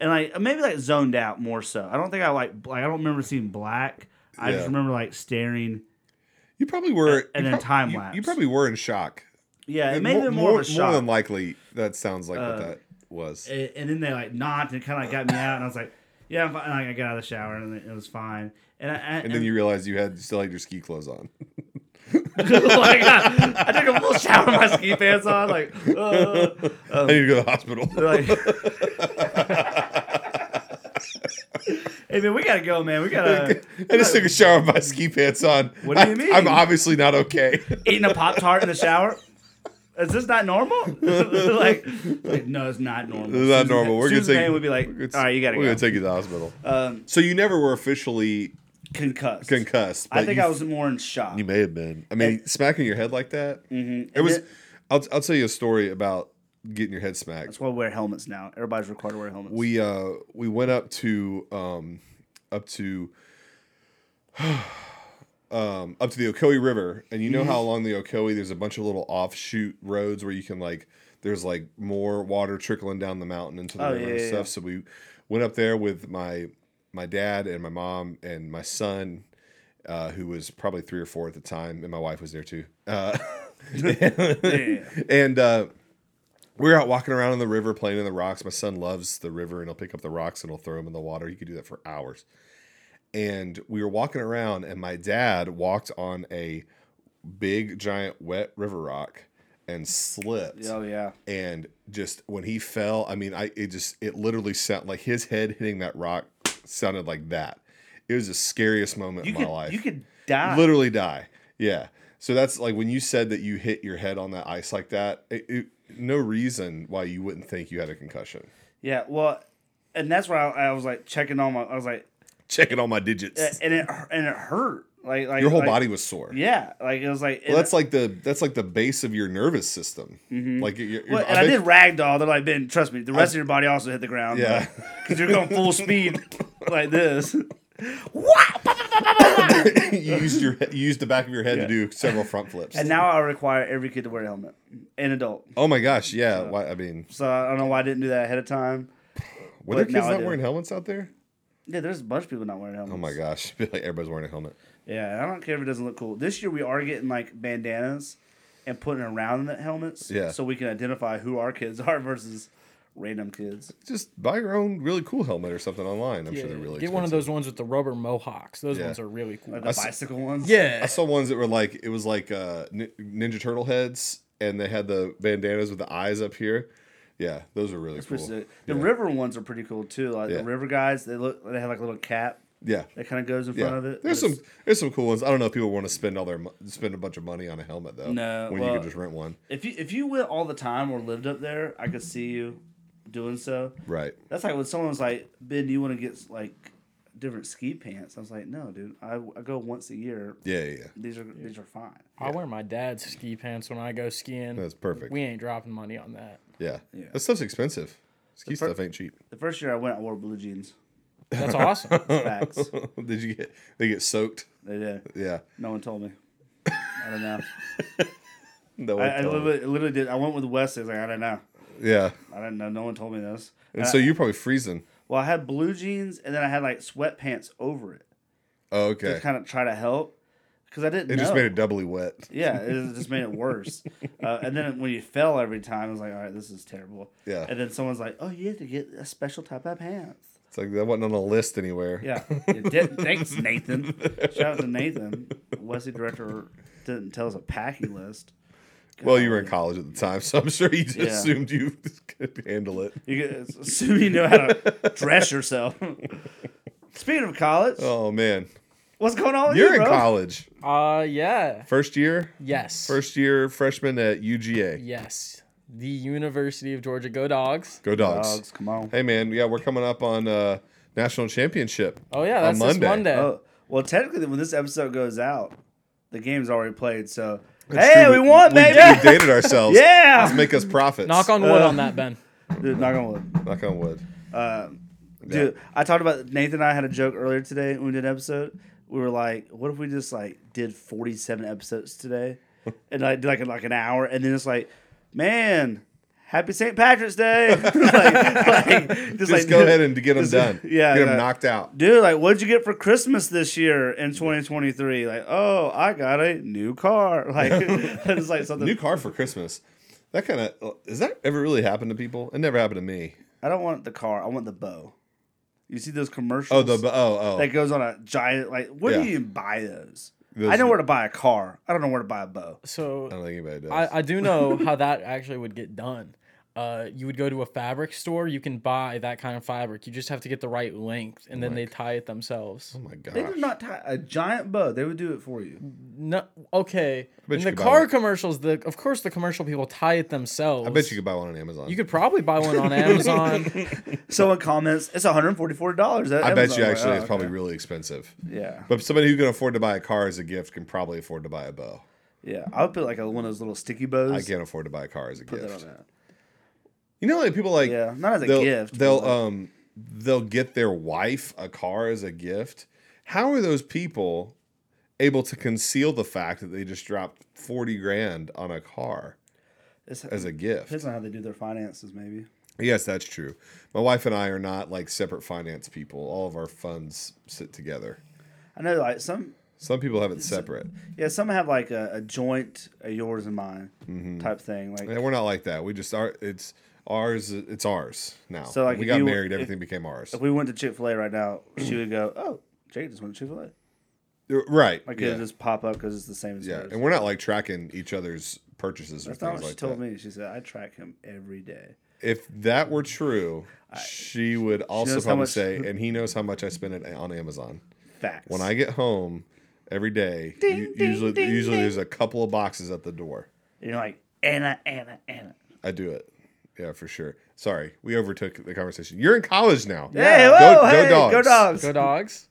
Speaker 2: and like maybe like zoned out more so. I don't think I like bl- like I don't remember seeing black. I
Speaker 1: Yeah.
Speaker 2: just remember like staring.
Speaker 1: You probably were.
Speaker 2: And
Speaker 1: you
Speaker 2: then
Speaker 1: prob-
Speaker 2: time
Speaker 1: you-
Speaker 2: lapse.
Speaker 1: You, probably were in shock.
Speaker 2: Yeah, it
Speaker 1: And
Speaker 2: may have
Speaker 1: mo-
Speaker 2: been more, of a shock.
Speaker 1: than likely, that sounds like
Speaker 2: Uh,
Speaker 1: what that was.
Speaker 2: and, and then they like knocked and kind of like got me out, and I was like, "Yeah, I'm fine." And I got out of the shower, and it was fine. And, I, I-
Speaker 1: and then you realized you had still had your ski clothes on.
Speaker 2: like, I, I took a full shower, with my ski pants on, like, uh,
Speaker 1: I need to go to the hospital.
Speaker 2: like. hey man, we gotta go, man. We gotta
Speaker 1: I just took a shower with my ski pants on.
Speaker 2: What do you
Speaker 1: I-
Speaker 2: mean?
Speaker 1: I'm obviously not okay.
Speaker 2: eating a pop tart in the shower. Is this not normal? like, like, no, it's not normal.
Speaker 1: This is not
Speaker 2: Susan-
Speaker 1: normal. We're gonna
Speaker 2: Susan
Speaker 1: take.
Speaker 2: Payne would be like,
Speaker 1: we're gonna-
Speaker 2: all right, you gotta
Speaker 1: We're
Speaker 2: go.
Speaker 1: gonna take you to the hospital.
Speaker 2: um,
Speaker 1: so you never were officially
Speaker 2: concussed.
Speaker 1: concussed.
Speaker 2: I
Speaker 1: but
Speaker 2: think
Speaker 1: you-
Speaker 2: I was more in shock.
Speaker 1: You may have been. I mean, smacking your head like that. It
Speaker 2: Mm-hmm. And
Speaker 1: was.
Speaker 2: it-
Speaker 1: I'll I'll tell you a story about getting your head smacked.
Speaker 2: That's why we wear helmets now. Everybody's required to wear helmets.
Speaker 1: we uh we went up to um up to um up to the Ocoee River and you know
Speaker 2: Mm-hmm.
Speaker 1: how along the Ocoee there's a bunch of little offshoot roads where you can like there's like more water trickling down the mountain into the
Speaker 2: Oh,
Speaker 1: river
Speaker 2: yeah,
Speaker 1: and
Speaker 2: yeah,
Speaker 1: stuff
Speaker 2: yeah.
Speaker 1: so we went up there with my my dad and my mom and my son uh, who was probably three or four at the time, and my wife was there too. Uh, and uh, we were out walking around on the river, playing in the rocks. My son loves the river, and he'll pick up the rocks and he'll throw them in the water. He could do that for hours. And we were walking around, and my dad walked on a big, giant, wet river rock, and slipped
Speaker 2: Oh yeah.
Speaker 1: and just when he fell i mean i it just it literally sounded like his head hitting that rock sounded like that it was the scariest moment
Speaker 2: You
Speaker 1: of my
Speaker 2: could
Speaker 1: life
Speaker 2: you could die.
Speaker 1: literally die yeah so that's like when you said that you hit your head on that ice like that it, it, no reason why you wouldn't think you had a concussion
Speaker 2: Yeah. Well, and that's why I, I was like checking on my. I was like,
Speaker 1: checking all my digits
Speaker 2: and it and it hurt. Like like
Speaker 1: your whole
Speaker 2: like-
Speaker 1: body was sore
Speaker 2: Yeah. Like it was like.
Speaker 1: well, that's like the that's like the base of your nervous system like you
Speaker 2: Mm-hmm. Well, and I, did ragdoll. They're like, Ben, trust me, the rest of your body also hit the ground.
Speaker 1: Yeah.
Speaker 2: Because you're going full speed like this.
Speaker 1: you used your you used the back of your head to do several front flips
Speaker 2: And now I require every kid to wear a helmet, an adult.
Speaker 1: oh my gosh yeah why, i mean
Speaker 2: So I don't know why I didn't do that ahead of time.
Speaker 1: Were there
Speaker 2: But
Speaker 1: kids
Speaker 2: now I
Speaker 1: not
Speaker 2: do.
Speaker 1: wearing helmets out there?
Speaker 2: Yeah, there's a bunch of people not wearing helmets.
Speaker 1: Oh my gosh, I feel like everybody's wearing a helmet.
Speaker 2: Yeah, I don't care if it doesn't look cool. This year we are getting like bandanas and putting around the helmets.
Speaker 1: Yeah.
Speaker 2: So we can identify who our kids are versus random kids.
Speaker 1: Just buy your own really cool helmet or something online. I'm sure they're really
Speaker 3: Get one of
Speaker 1: expensive.
Speaker 3: those ones with the rubber mohawks. Those
Speaker 1: Yeah.
Speaker 3: ones are really cool.
Speaker 2: Like the
Speaker 1: s-
Speaker 2: bicycle ones.
Speaker 1: I
Speaker 3: yeah.
Speaker 1: saw ones that were like it was like uh, nin- Ninja Turtle heads, and they had the bandanas with the eyes up here. Yeah, those are really cool.
Speaker 2: Which is- The river ones are pretty cool too. Like
Speaker 1: Yeah.
Speaker 2: the river guys, they look they have like a little cap
Speaker 1: Yeah,
Speaker 2: that kind of goes in front
Speaker 1: yeah.
Speaker 2: of it.
Speaker 1: There's
Speaker 2: but
Speaker 1: some
Speaker 2: it's-
Speaker 1: there's some cool ones. I don't know if people want to spend all their mo- spend a bunch of money on a helmet though.
Speaker 2: No,
Speaker 1: when you
Speaker 2: well-
Speaker 1: can just rent one.
Speaker 2: If you if you went all the time or lived up there, I could see you doing so.
Speaker 1: Right.
Speaker 2: That's like when someone's like, "Ben, do you want to get like different ski pants?" I was like, "No, dude. I, I go once a year.
Speaker 1: Yeah, yeah. yeah.
Speaker 2: These are these are fine."
Speaker 3: I wear my dad's ski pants when I go skiing.
Speaker 1: That's perfect.
Speaker 3: We ain't dropping money on that.
Speaker 1: Yeah.
Speaker 2: Yeah.
Speaker 1: That stuff's expensive. Ski
Speaker 2: fir-
Speaker 1: stuff ain't cheap.
Speaker 2: The first year I went, I wore blue jeans.
Speaker 3: That's awesome.
Speaker 2: Facts.
Speaker 1: Did you get they get soaked?
Speaker 2: they did.
Speaker 1: Yeah.
Speaker 2: No one told me. I don't know.
Speaker 1: No
Speaker 2: I,
Speaker 1: one
Speaker 2: I
Speaker 1: told me.
Speaker 2: literally, literally did. I went with Wes. I was like, I don't know.
Speaker 1: Yeah.
Speaker 2: I don't know. No one told me this.
Speaker 1: And
Speaker 2: I-
Speaker 1: so you're probably freezing.
Speaker 2: well, I had blue jeans, and then I had like sweatpants over it
Speaker 1: Oh,
Speaker 2: to
Speaker 1: okay.
Speaker 2: kind of try to help because I didn't.
Speaker 1: It
Speaker 2: know.
Speaker 1: just made it doubly wet.
Speaker 2: Yeah, it just made it worse. Uh, and then when you fell every time, I was like, all right, this is terrible.
Speaker 1: Yeah.
Speaker 2: And then someone's like, oh, you have to get a special type of pants.
Speaker 1: It's like that wasn't on a list anywhere.
Speaker 2: Yeah. It did. Thanks, Nathan. Shout out to Nathan. Wesley director didn't tell us a packing list.
Speaker 1: Well, you were in college at the time, so I'm sure you just
Speaker 2: Yeah.
Speaker 1: assumed you could handle it.
Speaker 2: You get- assume you know how to dress yourself. Speaking of college,
Speaker 1: Oh man,
Speaker 2: what's going on with
Speaker 1: you're
Speaker 2: you,
Speaker 1: in
Speaker 2: bro?
Speaker 1: college.
Speaker 3: uh, yeah.
Speaker 1: First year,
Speaker 3: Yes.
Speaker 1: first year freshman at UGA.
Speaker 3: Yes. The University of Georgia. Go dogs.
Speaker 1: Go dogs.
Speaker 2: Dogs, come on.
Speaker 1: Hey man, yeah, we're coming up on uh, national championship.
Speaker 3: Oh yeah,
Speaker 1: on
Speaker 3: that's Monday. this Monday.
Speaker 2: Oh, well, technically, when this episode goes out, the game's already played. So, hey,
Speaker 1: true.
Speaker 2: we won,
Speaker 1: We,
Speaker 2: baby.
Speaker 1: we dated ourselves.
Speaker 2: Yeah.
Speaker 1: Let's make us profits.
Speaker 3: Knock on wood
Speaker 2: uh,
Speaker 3: on that, Ben.
Speaker 2: Dude, knock on wood.
Speaker 1: knock on wood.
Speaker 2: Um, Dude, I talked about Nathan and I had a joke earlier today when we did an episode. We were like, what if we just like did 47 episodes today? And like did like in like an hour and then it's like, man, happy St. Patrick's Day. like, like, just
Speaker 1: Just go ahead and get them done.
Speaker 2: yeah,
Speaker 1: get them
Speaker 2: yeah.
Speaker 1: knocked out.
Speaker 2: Dude, like, what'd you get for Christmas this year in 2023? Like, oh, I got a new car. Like, it's like something.
Speaker 1: New car for Christmas. That kind of is that ever really happened to people? It never happened to me.
Speaker 2: I don't want the car. I want the bow. You see those commercials?
Speaker 1: Oh, the oh oh.
Speaker 2: that goes on a giant like where
Speaker 1: Yeah.
Speaker 2: do you even buy those?
Speaker 1: Those-
Speaker 2: I know where to buy a car. I don't know where to buy a bow.
Speaker 3: So
Speaker 1: I don't think anybody does.
Speaker 3: I, I do know how that actually would get done. Uh, you would go to a fabric store. You can buy that kind of fabric. You just have to get the right length, and then they tie it themselves.
Speaker 1: oh my gosh.
Speaker 2: They did not tie a giant bow. They would do it for you.
Speaker 3: No, okay.
Speaker 1: bet
Speaker 3: In
Speaker 1: you
Speaker 3: the
Speaker 1: could buy
Speaker 3: car
Speaker 1: one.
Speaker 3: commercials, the of course the commercial people tie it themselves.
Speaker 1: I bet you could buy one on Amazon.
Speaker 3: You could probably buy one on Amazon.
Speaker 2: Someone comments, it's one hundred forty four dollars.
Speaker 1: I bet you actually
Speaker 2: Oh,
Speaker 1: it's probably really expensive.
Speaker 2: yeah,
Speaker 1: But somebody who can afford to buy a car as a gift can probably afford to buy a bow.
Speaker 2: yeah. I would put like a, one of those little sticky bows.
Speaker 1: I can't afford to buy a car as a
Speaker 2: Put that on
Speaker 1: gift.
Speaker 2: that.
Speaker 1: You know, like people like
Speaker 2: Yeah, not as a
Speaker 1: they'll,
Speaker 2: gift. but
Speaker 1: They'll
Speaker 2: like-
Speaker 1: um they'll get their wife a car as a gift. How are those people able to conceal the fact that they just dropped forty grand on a car
Speaker 2: it's-
Speaker 1: as a gift?
Speaker 2: depends on how they do their finances. Maybe
Speaker 1: Yes, that's true. My wife and I are not like separate finance people. All of our funds sit together.
Speaker 2: I know like some
Speaker 1: Some people have it separate.
Speaker 2: yeah some have like a, a joint a yours and mine type thing like
Speaker 1: Mm-hmm. Yeah, we're not like that. We just are. It's ours. It's ours now.
Speaker 2: So, like,
Speaker 1: we
Speaker 2: if
Speaker 1: got
Speaker 2: you-
Speaker 1: married.
Speaker 2: if-
Speaker 1: Everything became ours.
Speaker 2: if we went to Chick Fil A right now she would go oh Jake just went to Chick Fil A
Speaker 1: right.
Speaker 2: like it
Speaker 1: yeah.
Speaker 2: would just pop up because it's the same as
Speaker 1: yeah.
Speaker 2: yours.
Speaker 1: And we're not like tracking each other's purchases or
Speaker 2: That's not
Speaker 1: things
Speaker 2: what she
Speaker 1: like
Speaker 2: told
Speaker 1: that.
Speaker 2: me. She said I track him every day.
Speaker 1: If that were true, she would also
Speaker 2: knows how
Speaker 1: probably
Speaker 2: much-
Speaker 1: say, and he knows how much I spend it on Amazon.
Speaker 2: Facts.
Speaker 1: When I get home every day, u- usually usually there's a couple of boxes at the door.
Speaker 2: you're like Anna, Anna, Anna.
Speaker 1: I do it. Yeah, for sure. Sorry, we overtook the conversation. You're in college now.
Speaker 2: Hey, whoa,
Speaker 1: Go- go
Speaker 2: hey, go
Speaker 1: dogs.
Speaker 2: dogs.
Speaker 3: Go dogs.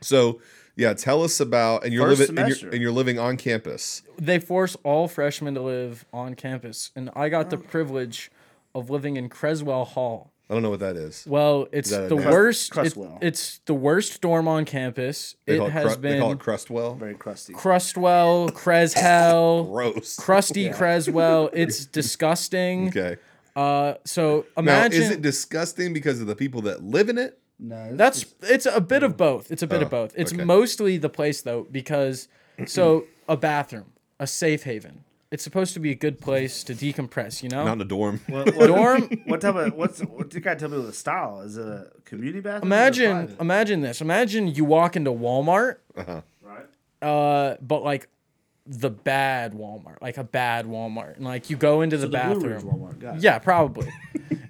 Speaker 1: So, yeah, tell us about and you're
Speaker 2: First
Speaker 1: living and
Speaker 2: semester.
Speaker 1: you're, and you're living on campus.
Speaker 3: They force all freshmen to live on campus, and I got the privilege of living in Creswell Hall.
Speaker 1: I don't know what that is.
Speaker 3: Well, it's
Speaker 1: that a
Speaker 3: the
Speaker 1: name?
Speaker 3: worst.
Speaker 2: Crus-
Speaker 3: it-
Speaker 2: Crustwell.
Speaker 3: it's the worst dorm on campus.
Speaker 1: They
Speaker 3: it
Speaker 1: call it,
Speaker 3: has
Speaker 1: cru- they call
Speaker 3: been
Speaker 1: it Crustwell.
Speaker 2: Very crusty.
Speaker 3: Crustwell, Creshell,
Speaker 1: Gross.
Speaker 3: Crusty Creswell. It's disgusting.
Speaker 1: okay.
Speaker 3: Uh, so
Speaker 1: Now,
Speaker 3: imagine
Speaker 1: is it disgusting because of the people that live in it?
Speaker 2: No, this
Speaker 3: That's
Speaker 2: is-
Speaker 3: it's a bit of both. It's a bit of both. It's
Speaker 1: Mm. Oh, okay.
Speaker 3: mostly the place though because so a bathroom, a safe haven. It's supposed to be a good place to decompress, you know?
Speaker 1: Not in a dorm.
Speaker 2: what, what,
Speaker 3: Dorm
Speaker 2: what type of what's what do you gotta tell me with the style? Is it a community bathroom? or a
Speaker 3: imagine
Speaker 2: private?
Speaker 3: imagine this. Imagine you walk into Walmart,
Speaker 2: right?
Speaker 3: uh but like the bad Walmart, like a bad Walmart. And like you go into the
Speaker 2: Blue Ridge
Speaker 3: bathroom.
Speaker 2: Walmart, got it.
Speaker 3: Yeah, probably.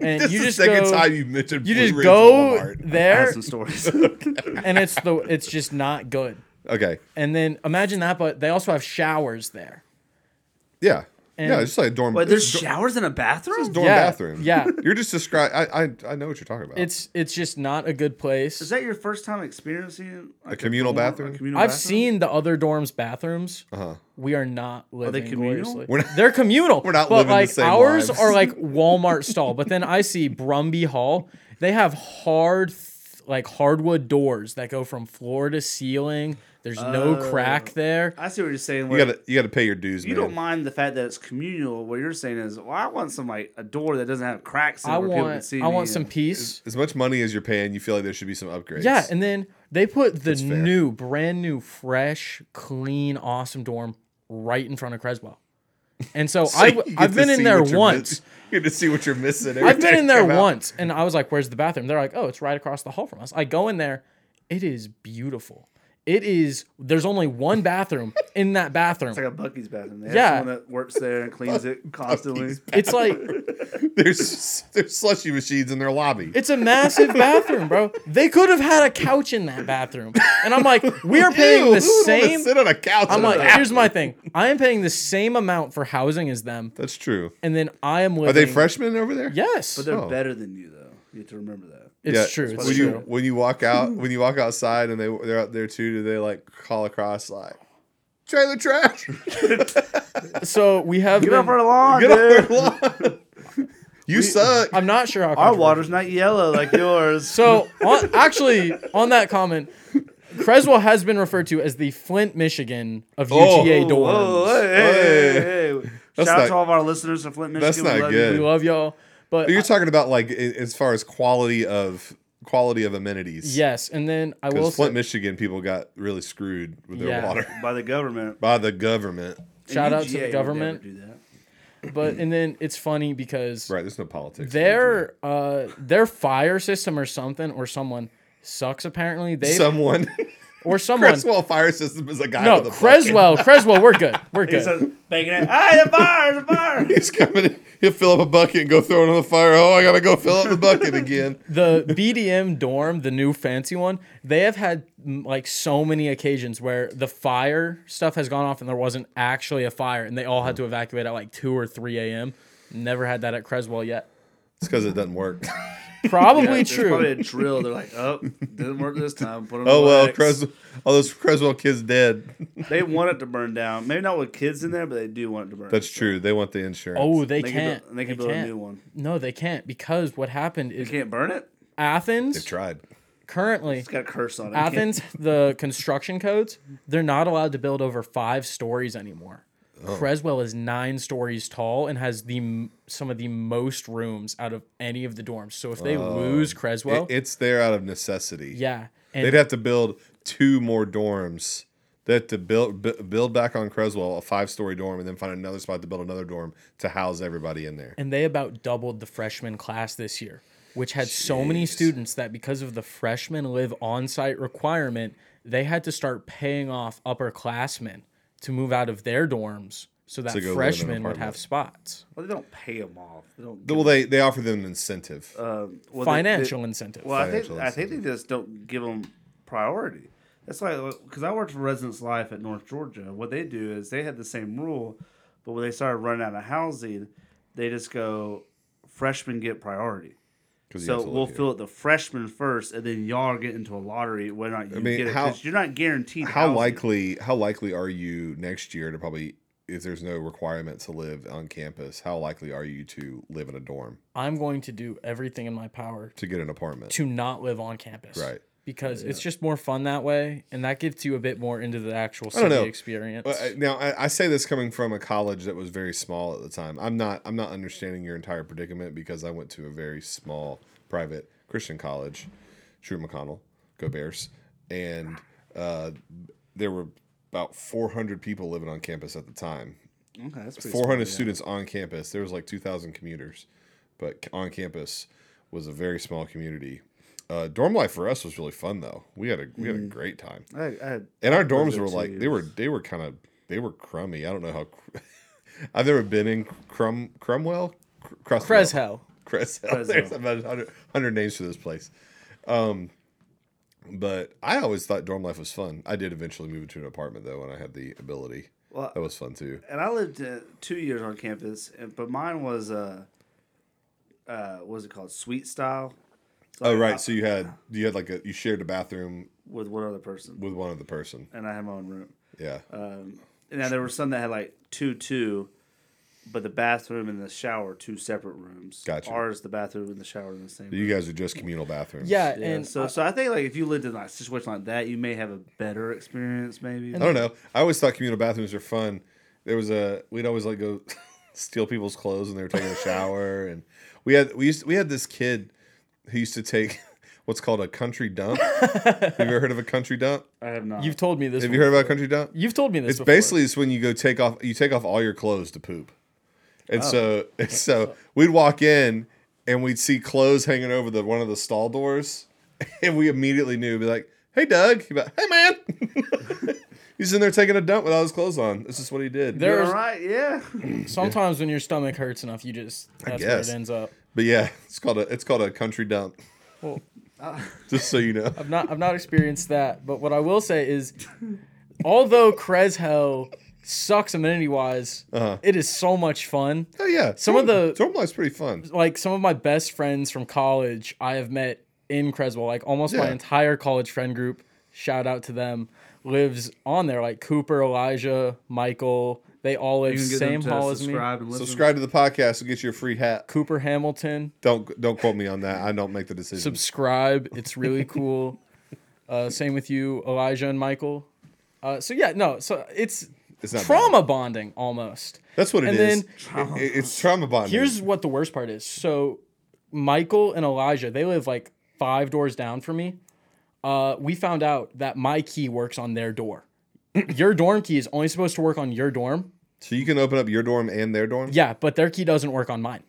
Speaker 3: And
Speaker 1: This
Speaker 3: you
Speaker 1: is
Speaker 3: just
Speaker 1: the second
Speaker 3: go,
Speaker 1: time you mentioned
Speaker 3: you
Speaker 1: Blue
Speaker 3: just
Speaker 1: Ridge
Speaker 3: go
Speaker 1: Walmart.
Speaker 2: I have
Speaker 3: there
Speaker 2: some stories.
Speaker 3: and it's the it's just not good.
Speaker 1: Okay.
Speaker 3: And then imagine that but they also have showers there.
Speaker 1: Yeah. yeah,
Speaker 3: And-
Speaker 1: it's just like a dorm.
Speaker 2: Wait,
Speaker 1: it's
Speaker 2: there's showers in a bathroom?
Speaker 1: dorm
Speaker 3: Yeah,
Speaker 1: bathroom.
Speaker 3: yeah.
Speaker 1: You're just describing. I, I I know what you're talking about.
Speaker 3: It's it's just not a good
Speaker 2: Is
Speaker 3: place.
Speaker 2: that your first time experiencing like,
Speaker 1: A communal
Speaker 2: dorm-
Speaker 1: bathroom? Uh-huh.
Speaker 2: communal
Speaker 3: I've
Speaker 2: bathroom?
Speaker 3: seen the other dorms' bathrooms. We are not living
Speaker 2: communal?
Speaker 3: gloriously.
Speaker 1: We're not-
Speaker 3: They're communal. We're
Speaker 1: not
Speaker 3: but
Speaker 1: living the
Speaker 3: like
Speaker 1: same
Speaker 3: ours
Speaker 1: lives.
Speaker 3: are like Walmart stall. But then I see Brumby Hall. They have hard th- like hardwood doors that go from floor to ceiling. There's no
Speaker 1: Oh.
Speaker 3: crack there.
Speaker 2: I see what you're saying.
Speaker 1: you
Speaker 2: Where you,
Speaker 1: gotta you gotta pay your dues, man.
Speaker 2: don't mind the fact that it's communal. What you're saying is, well, I want some like a door that doesn't have cracks. In it
Speaker 3: I
Speaker 2: where people can
Speaker 3: want
Speaker 2: see
Speaker 3: I
Speaker 2: me
Speaker 3: want
Speaker 2: and-
Speaker 3: some peace.
Speaker 1: as much money as you're paying, you feel like there should be some upgrades.
Speaker 3: Yeah, and then they put the
Speaker 1: fair.
Speaker 3: new, brand new, fresh, clean, awesome dorm right in front of Creswell. And so,
Speaker 1: So
Speaker 3: I,
Speaker 1: you get
Speaker 3: I've
Speaker 1: to
Speaker 3: been in
Speaker 1: see
Speaker 3: there
Speaker 1: what you're
Speaker 3: once.
Speaker 1: miss- you get to see what you're missing. every
Speaker 3: I've been
Speaker 1: time
Speaker 3: in
Speaker 1: you
Speaker 3: there
Speaker 1: come out.
Speaker 3: once, and I was like, "Where's the bathroom?" They're like, "Oh, it's right across the hall from us." I go in there. It is beautiful. It is. There's only one bathroom in that bathroom.
Speaker 2: It's like a Bucky's bathroom. They
Speaker 3: Yeah.
Speaker 2: have someone that works there and cleans it constantly.
Speaker 3: It's like
Speaker 1: There's there's slushy machines in their lobby.
Speaker 3: it's a massive bathroom, bro. They could have had a couch in that bathroom, and I'm like, we are paying
Speaker 1: Ew,
Speaker 3: the
Speaker 1: who would wanna
Speaker 3: same.
Speaker 1: Sit on a couch.
Speaker 3: I'm
Speaker 1: in a
Speaker 3: like,
Speaker 1: bathroom?
Speaker 3: here's my thing. I am paying the same amount for housing as them,
Speaker 1: That's true.
Speaker 3: and then I am living.
Speaker 1: Are they freshmen over there?
Speaker 3: Yes,
Speaker 2: But they're
Speaker 1: Oh.
Speaker 2: better than you, though. You have to remember that.
Speaker 3: it's
Speaker 1: Yeah,
Speaker 3: true. It's
Speaker 1: when
Speaker 3: true.
Speaker 1: you when you walk out when you walk outside and they they're out there too, do they like call across like trailer trash?
Speaker 3: so we have.
Speaker 2: Get
Speaker 3: been-
Speaker 2: off our lawn,
Speaker 1: Get
Speaker 2: dude.
Speaker 1: off our lawn. You suck.
Speaker 3: I'm not sure how.
Speaker 2: Our
Speaker 3: controversial-
Speaker 2: water's not yellow like yours.
Speaker 3: So on, actually, on that comment, Creswell has been referred to as the Flint, Michigan of
Speaker 1: Oh.
Speaker 3: UTA
Speaker 2: Whoa,
Speaker 3: dorms.
Speaker 2: whoa, hey, hey, hey, hey. Shout
Speaker 1: That's
Speaker 2: out
Speaker 1: not-
Speaker 2: to all of our listeners in Flint, Michigan.
Speaker 1: That's
Speaker 2: We
Speaker 1: not
Speaker 2: love
Speaker 1: good.
Speaker 3: We love y'all, but uh,
Speaker 1: You're talking about like i- as far as quality of quality of amenities.
Speaker 3: yes. And then I will
Speaker 1: Because Flint,
Speaker 3: say,
Speaker 1: Michigan people got really screwed with their
Speaker 3: Yeah.
Speaker 1: water
Speaker 2: You. By the government.
Speaker 1: by the government.
Speaker 3: shout
Speaker 2: And
Speaker 3: out to
Speaker 2: UGA
Speaker 3: the
Speaker 2: would
Speaker 3: government.
Speaker 2: never do that.
Speaker 3: But and then it's funny because
Speaker 1: Right, there's no politics.
Speaker 3: their uh their fire system or something or someone sucks apparently they
Speaker 1: someone
Speaker 3: or someone
Speaker 1: Creswell Fire System is a guy.
Speaker 3: no
Speaker 1: with a bucket.
Speaker 3: Creswell Creswell we're good we're
Speaker 2: He
Speaker 3: good
Speaker 2: says, banging it. Hey, the fire, the fire.
Speaker 1: He's coming. In, he'll fill up a bucket and go throw it on the fire. Oh, I gotta go fill up the bucket again.
Speaker 3: the BDM dorm the new fancy one they have had mm, like so many occasions where the fire stuff has gone off and there wasn't actually a fire and they all
Speaker 2: Hmm.
Speaker 3: had to evacuate at like 2 or 3 a.m never had that at Creswell yet
Speaker 1: It's because it doesn't work.
Speaker 3: probably
Speaker 2: There's
Speaker 3: true
Speaker 2: probably a drill. They're like, oh, didn't work this time. Put 'em
Speaker 1: Oh
Speaker 2: to
Speaker 1: well,
Speaker 2: wax.
Speaker 1: Creswell. All those Creswell kids dead.
Speaker 2: They want it to burn down. Maybe not with kids in there, but they do want it to burn.
Speaker 1: That's true. They want the insurance.
Speaker 3: oh they,
Speaker 2: They can
Speaker 3: can't
Speaker 2: build- they can build a new one.
Speaker 3: no they can't because what happened is
Speaker 2: Can't burn it.
Speaker 1: they
Speaker 3: Athens
Speaker 1: tried.
Speaker 3: currently
Speaker 2: It's got a curse on it. Can't-
Speaker 3: Athens, the construction codes, they're not allowed to build over five stories anymore.
Speaker 1: Oh.
Speaker 3: Creswell is nine stories tall and has the m- some of the most rooms out of any of the dorms. So if they lose Creswell,
Speaker 1: Oh. It- it's there out of necessity.
Speaker 3: yeah, and
Speaker 1: They'd have to build two more dorms. They have to build bu- build back on Creswell a five story dorm, and then find another spot to build another dorm to house everybody in there.
Speaker 3: and they about doubled the freshman class this year, which had so many students that because of the freshman live on site requirement, they had to start paying off upperclassmen to move out of their dorms so that
Speaker 1: To go live in an
Speaker 3: freshmen would have
Speaker 1: apartment.
Speaker 3: spots,
Speaker 2: Well, they don't pay them off. They don't.
Speaker 1: Well, they they offer them an incentive.
Speaker 2: um, well, they-
Speaker 3: financial
Speaker 2: They,
Speaker 3: incentive.
Speaker 2: well, I think
Speaker 1: Financial
Speaker 2: I think they just don't give them priority. That's like because I worked for Residence Life at North Georgia. What they do is they had the same rule, but when they started running out of housing, they just go freshmen get priority.
Speaker 1: 'cause you
Speaker 2: So
Speaker 1: have to live
Speaker 2: we'll
Speaker 1: here.
Speaker 2: fill it the freshmen first, and then y'all get into a lottery whether or not you
Speaker 1: mean,
Speaker 2: get it.
Speaker 1: how-
Speaker 2: 'cause you're not guaranteed.
Speaker 1: how
Speaker 2: housing.
Speaker 1: likely how likely are you next year to probably if there's no requirement to live on campus how likely are you to live in a dorm
Speaker 3: I'm going to do everything in my power
Speaker 1: to get an apartment
Speaker 3: to not live on campus.
Speaker 1: Right.
Speaker 3: Because it's just more fun that way, and that gets you a bit more into the actual
Speaker 1: don't
Speaker 3: city
Speaker 1: know.
Speaker 3: experience.
Speaker 1: But I- now I, I say this coming from a college that was very small at the time i'm not i'm not understanding your entire predicament because i went to a very small private christian college drew mcconnell go bears and uh, there were about 400 people living on campus at the time
Speaker 2: Okay, that's pretty
Speaker 1: 400 students on campus. There was like 2,000 commuters, but c- on campus was a very small community. Uh, dorm life for us was really fun though. We had a we had a great time,
Speaker 2: I, I had
Speaker 1: and our dorms
Speaker 2: Mm. are
Speaker 1: were
Speaker 2: two
Speaker 1: like they were they were kind of they were crummy. I don't know how. Cr- I've never been in Crum Crumwell, Cr- Cresswell.
Speaker 3: Cresho.
Speaker 1: Creswell. There's about 100, 100 names for this place. Um, but I always thought dorm life was fun. I did eventually move into an apartment though, when I had the ability.
Speaker 2: Well,
Speaker 1: that was fun too.
Speaker 2: and I lived uh, two years on campus, and, but mine was uh, uh, what was it called, suite style? So
Speaker 1: Oh
Speaker 2: I-
Speaker 3: uh,
Speaker 1: right,
Speaker 2: I-
Speaker 1: so you had you had like a you shared a bathroom
Speaker 2: with one other person,
Speaker 1: with one other person.
Speaker 2: and I had my own room.
Speaker 1: Yeah,
Speaker 3: Uh,
Speaker 2: Um, and now there were some that had like two two, but the bathroom and the shower two separate rooms.
Speaker 1: Gotcha.
Speaker 2: Ours, the bathroom and the shower in the same.
Speaker 1: you
Speaker 2: room.
Speaker 1: guys are just communal bathrooms.
Speaker 3: Yeah,
Speaker 2: Yeah,
Speaker 3: and
Speaker 2: so, so I think like if you lived in like, a situation like that, you may have a better experience, maybe.
Speaker 1: I don't know. I always thought communal bathrooms were fun. There was a we'd always like go steal people's clothes when they were taking a shower, and we had we used we had this kid who used to take what's called a country dump. have you ever heard of a country dump?
Speaker 2: I have not.
Speaker 3: you've told me this.
Speaker 1: Have
Speaker 3: Have
Speaker 1: you heard about a country dump?
Speaker 3: You've told me this.
Speaker 1: It's
Speaker 3: before.
Speaker 1: basically it's when you go take off you take off all your clothes to poop.
Speaker 3: Oh.
Speaker 1: And so and so we'd walk in and we'd see clothes hanging over the one of the stall doors and we immediately knew be like, "Hey Doug." He'd be like, "Hey man." He's in there taking a dump with all his clothes on. This is what he did.
Speaker 3: There-
Speaker 2: You're
Speaker 3: there's-
Speaker 2: all right, yeah.
Speaker 3: sometimes when your stomach hurts enough, you just that's where
Speaker 1: guess.
Speaker 3: it ends up.
Speaker 1: but yeah, it's called a it's called a country dump.
Speaker 3: Well, uh,
Speaker 1: Just so you know.
Speaker 3: I've not I've not experienced that, but what I will say is, although Cresho sucks amenity wise,
Speaker 1: Uh-huh.
Speaker 3: it is so much fun.
Speaker 1: Oh yeah.
Speaker 3: Some of
Speaker 1: dorm-
Speaker 3: the-
Speaker 1: dorm life's pretty fun.
Speaker 3: Like some of my best friends from college, I have met in Creswell. Like almost my
Speaker 1: Yeah.
Speaker 3: entire college friend group. Shout out to them. Lives on there. Like Cooper, Elijah, Michael. They all live same hall as me.
Speaker 2: subscribe and listen.
Speaker 1: Subscribe to the podcast and get you a free hat.
Speaker 3: Cooper Hamilton.
Speaker 1: Don't don't quote me on that. I don't make the decision.
Speaker 3: subscribe. It's really cool. Uh, same with you, Elijah and Michael. Uh, so yeah, no, so it's,
Speaker 1: It's not
Speaker 3: trauma bonding almost.
Speaker 1: That's what it
Speaker 3: and
Speaker 1: is.
Speaker 3: then-
Speaker 1: It- it- it's trauma bonding.
Speaker 3: Here's what the worst part is. So Michael and Elijah, they live like five doors down from me. Uh, we found out that my key works on their door. your dorm key is only supposed to work on your dorm.
Speaker 1: So you can open up your dorm and their dorm.
Speaker 3: Yeah, but their key doesn't work on mine.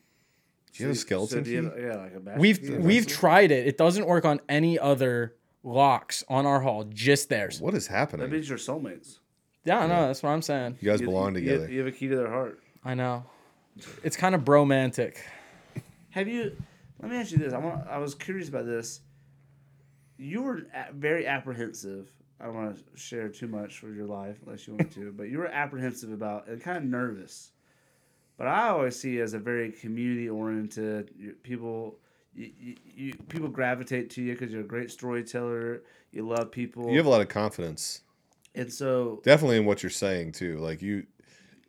Speaker 1: Do you have a
Speaker 2: So
Speaker 1: skeleton?
Speaker 2: do you
Speaker 1: key?
Speaker 2: have, yeah, like a bathroom.
Speaker 3: We've we've tried it. It doesn't work on any other locks on our hall, just theirs.
Speaker 1: what is happening?
Speaker 2: that means you're soulmates.
Speaker 3: Yeah, no, that's what I'm saying.
Speaker 1: you guys
Speaker 2: You-
Speaker 1: belong
Speaker 2: you-
Speaker 1: together.
Speaker 2: You, have a key to their heart.
Speaker 3: I know. It's kind of bromantic.
Speaker 2: Have you? Let me ask you this. I want. I was curious about this. You were a- very apprehensive. I don't want to share too much for your life, unless you want to. But you were apprehensive about and kind of nervous. But I always see you as a very community oriented people. You, you, you people gravitate to you because you're a great storyteller. You love people,
Speaker 1: you have a lot of confidence,
Speaker 2: and so.
Speaker 1: definitely in what you're saying too. Like you,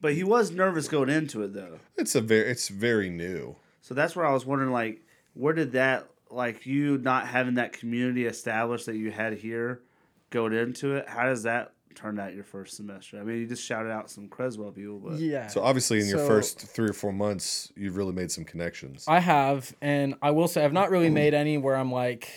Speaker 2: But he was nervous going into it though.
Speaker 1: it's a very, it's very new.
Speaker 2: So that's where I was wondering, like, where did that, like, you not having that community established that you had here going into it, how does that turn out your first semester? I mean, you just shouted out some Creswell people, but
Speaker 3: Yeah.
Speaker 1: So obviously, in your
Speaker 3: So-
Speaker 1: first three or four months, you've really made some connections.
Speaker 3: I have, and I will say I've not really made any where I'm like,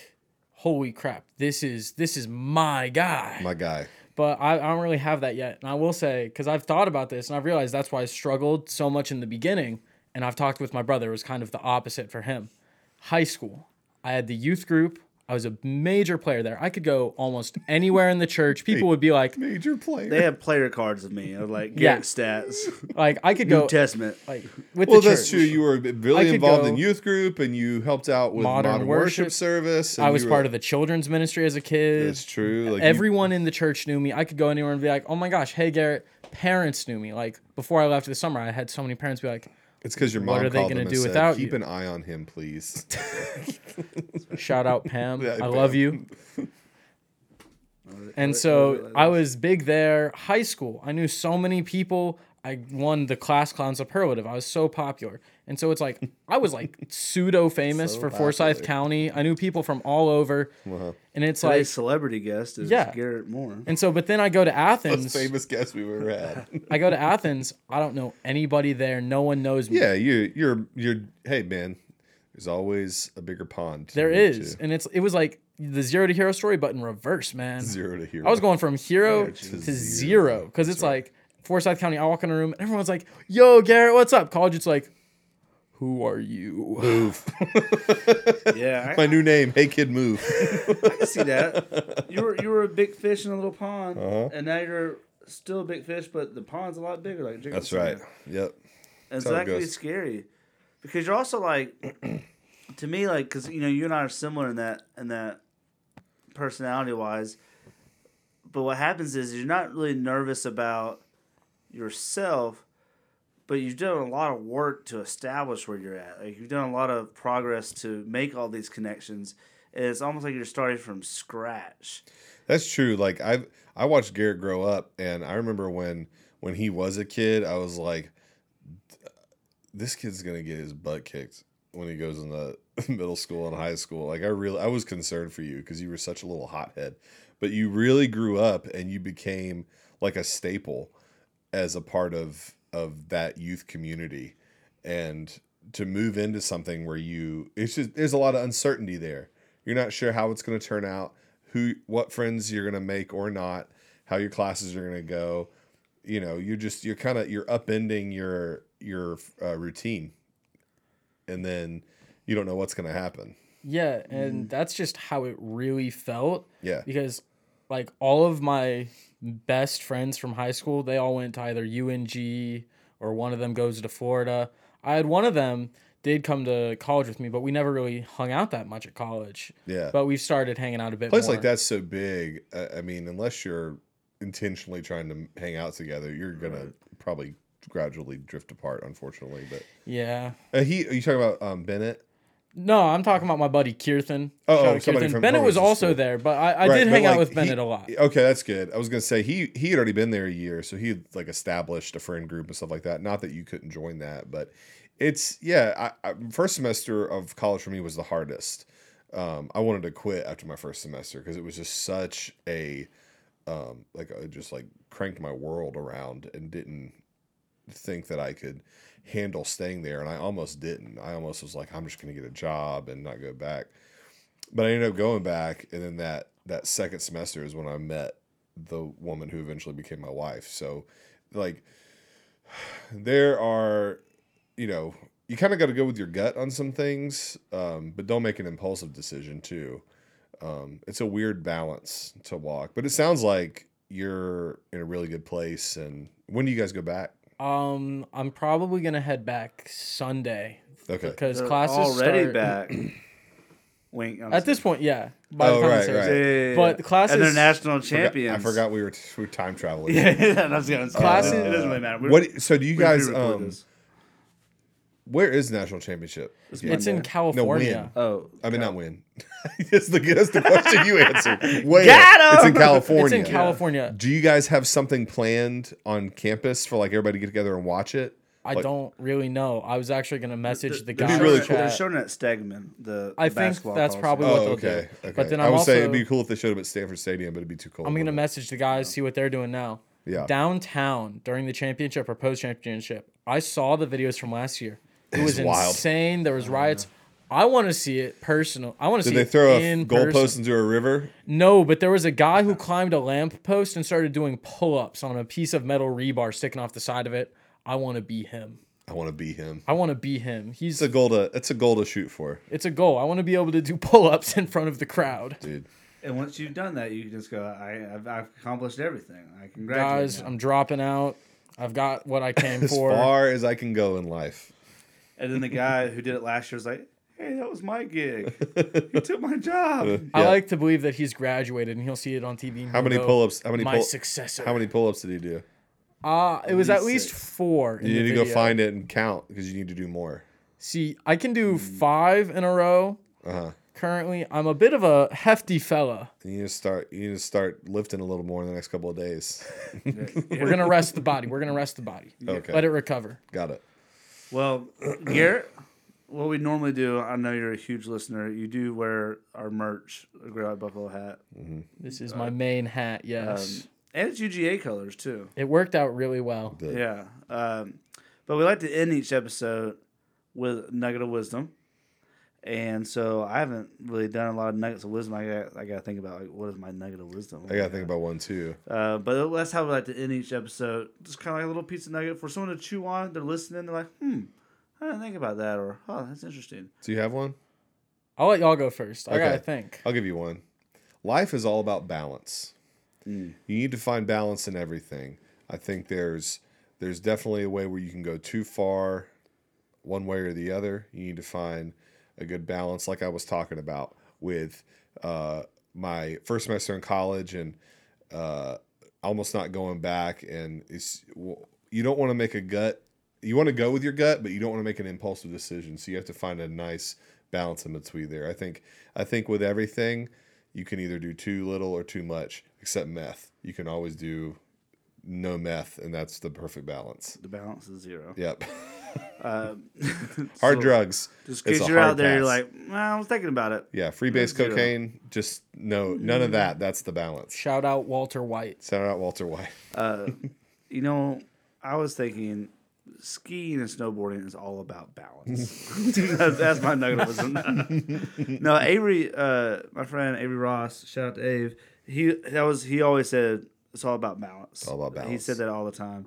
Speaker 3: holy crap, this is this is my guy.
Speaker 1: My guy,
Speaker 3: but I, I don't really have that yet. And I will say, because I've thought about this and I've realized that's why I struggled so much in the beginning. And I've talked with my brother, it was kind of the opposite for him. High school, I had the youth group, I was a major player there. I could go almost anywhere in the church. People would be like,
Speaker 1: Major player.
Speaker 2: They have player cards of me. I was like
Speaker 3: Yeah.
Speaker 2: Garrett stats,
Speaker 3: like I could
Speaker 2: New
Speaker 3: go
Speaker 2: Testament.
Speaker 3: like with
Speaker 1: well,
Speaker 3: the
Speaker 1: that's
Speaker 3: church.
Speaker 1: true. You were really
Speaker 3: could
Speaker 1: involved in
Speaker 3: go-
Speaker 1: youth group, and you helped out with modern,
Speaker 3: Modern
Speaker 1: worship,
Speaker 3: worship.
Speaker 1: service.
Speaker 3: I was part of the children's ministry as a kid.
Speaker 1: That's true. Like you-
Speaker 3: Everyone in the church knew me. I could go anywhere and be like, "Oh my gosh, hey Garrett." Parents knew me. Like before I left this summer, I had so many parents be like,
Speaker 1: it's because your mom
Speaker 3: are they
Speaker 1: called
Speaker 3: gonna
Speaker 1: them and
Speaker 3: do
Speaker 1: said,
Speaker 3: without
Speaker 1: "Keep
Speaker 3: you?"
Speaker 1: an eye on him, please."
Speaker 3: "Shout out Pam,
Speaker 1: Yeah,
Speaker 3: I love
Speaker 1: Pam.
Speaker 3: you." And so I was big there. High school, I knew so many people. I won the class clowns superlative. I was so popular, and so it's like I was like pseudo famous
Speaker 1: So
Speaker 3: for Forsyth
Speaker 1: popular.
Speaker 3: County. I knew people from all over, and it's
Speaker 2: Today's
Speaker 3: like,
Speaker 2: celebrity guest is
Speaker 3: Yeah.
Speaker 2: Garrett Moore.
Speaker 3: and so. But then I go to Athens.
Speaker 1: Most famous guest we've ever had.
Speaker 3: I go to Athens. I don't know anybody there. No one knows me.
Speaker 1: yeah, you, you're, you're. Hey, man, there's always a bigger pond. to
Speaker 3: There
Speaker 1: move
Speaker 3: is,
Speaker 1: to.
Speaker 3: and it's it was like the zero to hero story, but in reverse, man.
Speaker 1: zero to hero.
Speaker 3: I was going from hero
Speaker 1: to
Speaker 3: to,
Speaker 1: zero.
Speaker 3: zero because it's like Forsyth County. I walk in a room and everyone's like, "Yo, Garrett, what's up?" College, it's like, "Who are you?"
Speaker 1: move.
Speaker 2: Yeah, I,
Speaker 1: My new name. Hey, kid, move.
Speaker 2: I can see that. You were you were a big fish in a little pond,
Speaker 3: Uh-huh.
Speaker 2: and now you're still a big fish, but the pond's a lot bigger. Like Jacob
Speaker 1: That's
Speaker 2: said.
Speaker 1: right. Yep.
Speaker 2: And
Speaker 1: how
Speaker 2: so
Speaker 1: it
Speaker 2: that can be
Speaker 1: goes.
Speaker 2: scary because you're also like, to me, like, because you know, you and I are similar in that, in that personality wise. But what happens is you're not really nervous about yourself, but you've done a lot of work to establish where you're at. Like, you've done a lot of progress to make all these connections. And it's almost like you're starting from scratch.
Speaker 1: That's true. Like I I watched Garrett grow up, and I remember when when he was a kid, I was like, this kid's gonna get his butt kicked when he goes into middle school and high school. Like I really I was concerned for you because you were such a little hothead, but you really grew up and you became like a staple as a part of of that youth community and to move into something where you it's just there's a lot of uncertainty there you're not sure how it's going to turn out who what friends you're going to make or not how your classes are going to go you know you're just you're kind of you're upending your your uh, routine and then you don't know what's going to happen
Speaker 3: Yeah, and that's just how it really felt.
Speaker 1: Yeah.
Speaker 3: Because like all of my best friends from high school, they all went to either UNG or one of them goes to Florida. I had one of them did come to college with me, but we never really hung out that much at college.
Speaker 1: Yeah.
Speaker 3: But we've started hanging out a bit
Speaker 1: place
Speaker 3: more.
Speaker 1: like that's so big uh, i mean unless you're intentionally trying to hang out together you're going to probably gradually drift apart unfortunately but
Speaker 3: Yeah.
Speaker 1: Uh, he, are you talking about um, Bennett?
Speaker 3: No, I'm talking about my buddy Kirthan.
Speaker 1: Oh,
Speaker 3: Shout
Speaker 1: oh,
Speaker 3: out
Speaker 1: somebody
Speaker 3: Kirthan.
Speaker 1: from
Speaker 3: Bennett was
Speaker 1: Homer's
Speaker 3: also
Speaker 1: school.
Speaker 3: there, but I, I
Speaker 1: Right,
Speaker 3: did
Speaker 1: but,
Speaker 3: hang
Speaker 1: like,
Speaker 3: out with
Speaker 1: he-
Speaker 3: Bennett a lot.
Speaker 1: Okay, that's good. I was gonna say he he had already been there a year, so he had like established a friend group and stuff like that. Not that you couldn't join that, but it's yeah. I, I, first semester of college for me was the hardest. Um, I wanted to quit after my first semester because it was just such a um, like I just like cranked my world around and didn't think that I could handle staying there, and I almost didn't. I almost was like, I'm just gonna get a job and not go back. But I ended up going back, and then that that second semester is when I met the woman who eventually became my wife. So, like, there are, you know, you kind of got to go with your gut on some things, um, but don't make an impulsive decision too. Um, it's a weird balance to walk, but it sounds like you're in a really good place. And when do you guys go back?
Speaker 3: Um, I'm probably gonna head back Sunday
Speaker 1: Okay.
Speaker 3: because
Speaker 2: They're
Speaker 3: classes
Speaker 2: already
Speaker 3: start-
Speaker 2: back. Wink. I'm
Speaker 3: At this
Speaker 2: sorry.
Speaker 3: point, yeah. By
Speaker 1: Oh,
Speaker 3: the time
Speaker 1: right,
Speaker 3: this airs.
Speaker 1: right.
Speaker 2: Yeah, yeah, yeah,
Speaker 3: But
Speaker 2: yeah.
Speaker 3: classes-
Speaker 2: and they're national
Speaker 1: Forgot-
Speaker 2: champions.
Speaker 1: I forgot we were, t- we were time traveling.
Speaker 2: Yeah, that's good.
Speaker 3: Classes-
Speaker 2: Classes. It doesn't really matter. We're-
Speaker 1: What? So do you
Speaker 2: we
Speaker 1: guys?
Speaker 2: pre-record
Speaker 1: Um,
Speaker 2: this.
Speaker 1: where is national championship? Yeah.
Speaker 3: It's in
Speaker 2: Monday.
Speaker 3: California.
Speaker 2: Oh,
Speaker 1: I mean, not when. that's the that's the question you answered. Where?
Speaker 2: Got 'em!
Speaker 1: It's in California.
Speaker 3: It's in California.
Speaker 1: Do you guys have something planned on campus for like everybody to get together and watch it?
Speaker 3: I
Speaker 1: Like-
Speaker 3: don't really know. I was actually gonna message the
Speaker 2: they're
Speaker 3: guy.
Speaker 1: be
Speaker 3: in
Speaker 1: really
Speaker 3: the
Speaker 2: showing it- They're
Speaker 3: chat.
Speaker 2: showing it at Stegman. The
Speaker 3: I
Speaker 2: the
Speaker 3: think
Speaker 2: basketball
Speaker 3: that's
Speaker 2: college.
Speaker 3: probably
Speaker 1: Oh,
Speaker 3: what they'll
Speaker 1: okay.
Speaker 3: do.
Speaker 1: Okay.
Speaker 3: But then
Speaker 1: I
Speaker 3: I'm
Speaker 1: would
Speaker 3: also
Speaker 1: say it'd be cool if they showed up at Stanford Stadium, but it'd be too cold.
Speaker 3: I'm gonna
Speaker 1: mess.
Speaker 3: message the guys, see what they're doing now.
Speaker 1: Yeah.
Speaker 3: Downtown during the championship, proposed championship, I saw the videos from last year. It was
Speaker 1: wild. Oh,
Speaker 3: insane. There was riots. I want to see it personal. I want to see
Speaker 1: Did they
Speaker 3: it
Speaker 1: throw a
Speaker 3: in person.
Speaker 1: goalpost into a river?
Speaker 3: No, but there was a guy who climbed a lamppost and started doing pull ups on a piece of metal rebar sticking off the side of it. I want to be him.
Speaker 1: I want to be him.
Speaker 3: I want to be him. He's
Speaker 1: It's a goal to it's a goal to shoot for,
Speaker 3: it's a goal. I want to be able to do pull-ups in front of the crowd.
Speaker 1: dude.
Speaker 2: And once you've done that, you can just go. I, I've, I've accomplished everything. I congratulate
Speaker 3: Guys,
Speaker 2: you.
Speaker 3: I'm dropping out. I've got what I came
Speaker 1: As
Speaker 3: for.
Speaker 1: far as I can go in life.
Speaker 2: And then the guy who did it last year was like, "Hey, that was my gig. he took my job."
Speaker 3: I
Speaker 1: Yeah.
Speaker 3: like to believe that he's graduated and he'll see it on TV. and
Speaker 1: How
Speaker 3: he'll
Speaker 1: many
Speaker 3: go,
Speaker 1: pull-ups? How many
Speaker 3: My
Speaker 1: pull-
Speaker 3: successor.
Speaker 1: How many pull-ups did he do?
Speaker 3: Ah, it was at
Speaker 2: Only
Speaker 3: least
Speaker 2: six.
Speaker 3: four. in
Speaker 1: You
Speaker 3: the
Speaker 1: need to go
Speaker 3: video.
Speaker 1: find it and count because you need to do more.
Speaker 3: See, I can do five in a row.
Speaker 1: Hmm. Uh-huh.
Speaker 3: Currently, I'm a bit of a hefty fella.
Speaker 1: You need to start. You need to start lifting a little more in the next couple of days.
Speaker 3: We're gonna rest the body. We're gonna rest the body.
Speaker 1: Okay,
Speaker 3: Let it recover.
Speaker 1: got it.
Speaker 2: Well, Garrett, what we normally do, I know you're a huge listener. You do wear our merch, a Great White Buffalo hat,
Speaker 3: This is my main hat.
Speaker 2: um,
Speaker 3: Yes,
Speaker 2: and it's UGA colors too.
Speaker 3: it worked out really well.
Speaker 1: The-
Speaker 2: Yeah, um, but we like to end each episode with a nugget of wisdom. And so I haven't really done a lot of nuggets of wisdom. I got I got to think about like what is my nugget of wisdom.
Speaker 1: I gotta think about one too.
Speaker 2: Uh, but that's how we like to end each episode. Just kind of like a little pizza nugget for someone to chew on. They're listening. They're like, hmm, I didn't think about that. Or, oh, that's interesting.
Speaker 1: Do you have one?
Speaker 3: I'll let y'all go first. I
Speaker 1: Okay.
Speaker 3: gotta think.
Speaker 1: I'll give you one. Life is all about balance. You need to find balance in everything. I think there's there's definitely a way where you can go too far one way or the other. You need to find a good balance, like I was talking about with uh, my first semester in college and uh, almost not going back. And it's, you don't want to make a gut. You want to go with your gut, but you don't want to make an impulsive decision. So you have to find a nice balance in between there. I think I think with everything, you can either do too little or too much, except meth. You can always do no meth, and that's the perfect balance.
Speaker 2: The balance is zero.
Speaker 1: Yep.
Speaker 2: So,
Speaker 1: hard drugs.
Speaker 2: Just in
Speaker 1: It's
Speaker 2: case
Speaker 1: a
Speaker 2: you're
Speaker 1: hard
Speaker 2: out there, you're
Speaker 1: pass.
Speaker 2: like, nah, I was thinking about it.
Speaker 1: Yeah, free base
Speaker 2: Zero.
Speaker 1: cocaine. Just no, none of that. That's the balance.
Speaker 3: Shout out Walter White.
Speaker 1: Shout out Walter White.
Speaker 2: You know, I was thinking skiing and snowboarding is all about balance. that's, that's my nugget of wisdom. no, Avery, uh, my friend Avery Ross, shout out to Ave. He that was he always said it's all about balance.
Speaker 1: all about
Speaker 2: He
Speaker 1: balance.
Speaker 2: said that all the time,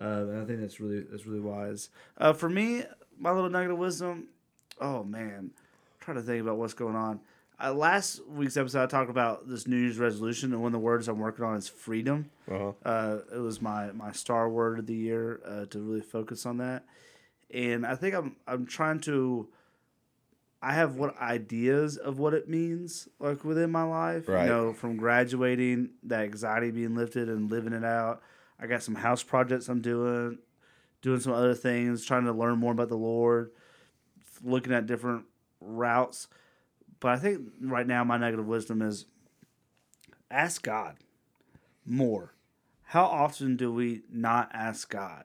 Speaker 2: uh, and I think that's really that's really wise. Uh, for me, my little nugget of wisdom. Oh man, trying to think about what's going on. Uh, last week's episode, I talked about this New Year's resolution, and one of the words I'm working on is freedom.
Speaker 1: Uh-huh.
Speaker 2: Uh, it was my my star word of the year uh, to really focus on that, and I think I'm I'm trying to. I have what ideas of what it means like within my life.
Speaker 1: Right.
Speaker 2: You know, from graduating, that anxiety being lifted and living it out. I got some house projects I'm doing, doing some other things, trying to learn more about the Lord, looking at different routes. But I think right now my negative wisdom is ask God more. How often do we not ask God?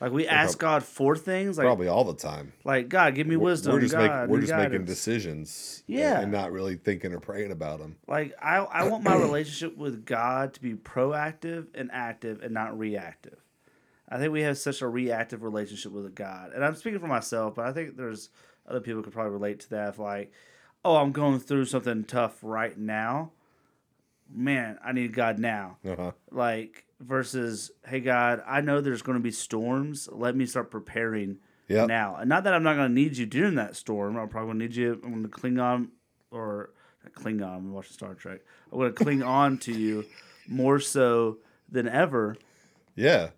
Speaker 2: Like we ask God for things, like
Speaker 1: Probably all the time.
Speaker 2: like God, give me wisdom.
Speaker 1: we're just,
Speaker 2: God,
Speaker 1: make- we're
Speaker 2: new
Speaker 1: just making
Speaker 2: guidance."
Speaker 1: decisions. and-
Speaker 2: Yeah.
Speaker 1: And not really thinking or praying about them.
Speaker 2: Like I, I want my relationship with God to be proactive and active and not reactive. I think we have such a reactive relationship with God, and I'm speaking for myself, but I think there's other people could probably relate to that. If like, oh, I'm going through something tough right now, man, I need God now.
Speaker 1: Uh-huh.
Speaker 2: Like versus, hey God, I know there's going to be storms. Let me start preparing
Speaker 1: Yep.
Speaker 2: now. And not that I'm not going to need you during that storm. I'm probably going to need you. I'm going to cling on, or not cling on. I'm watching Star Trek. I'm going to cling on to you more so than ever.
Speaker 1: Yeah.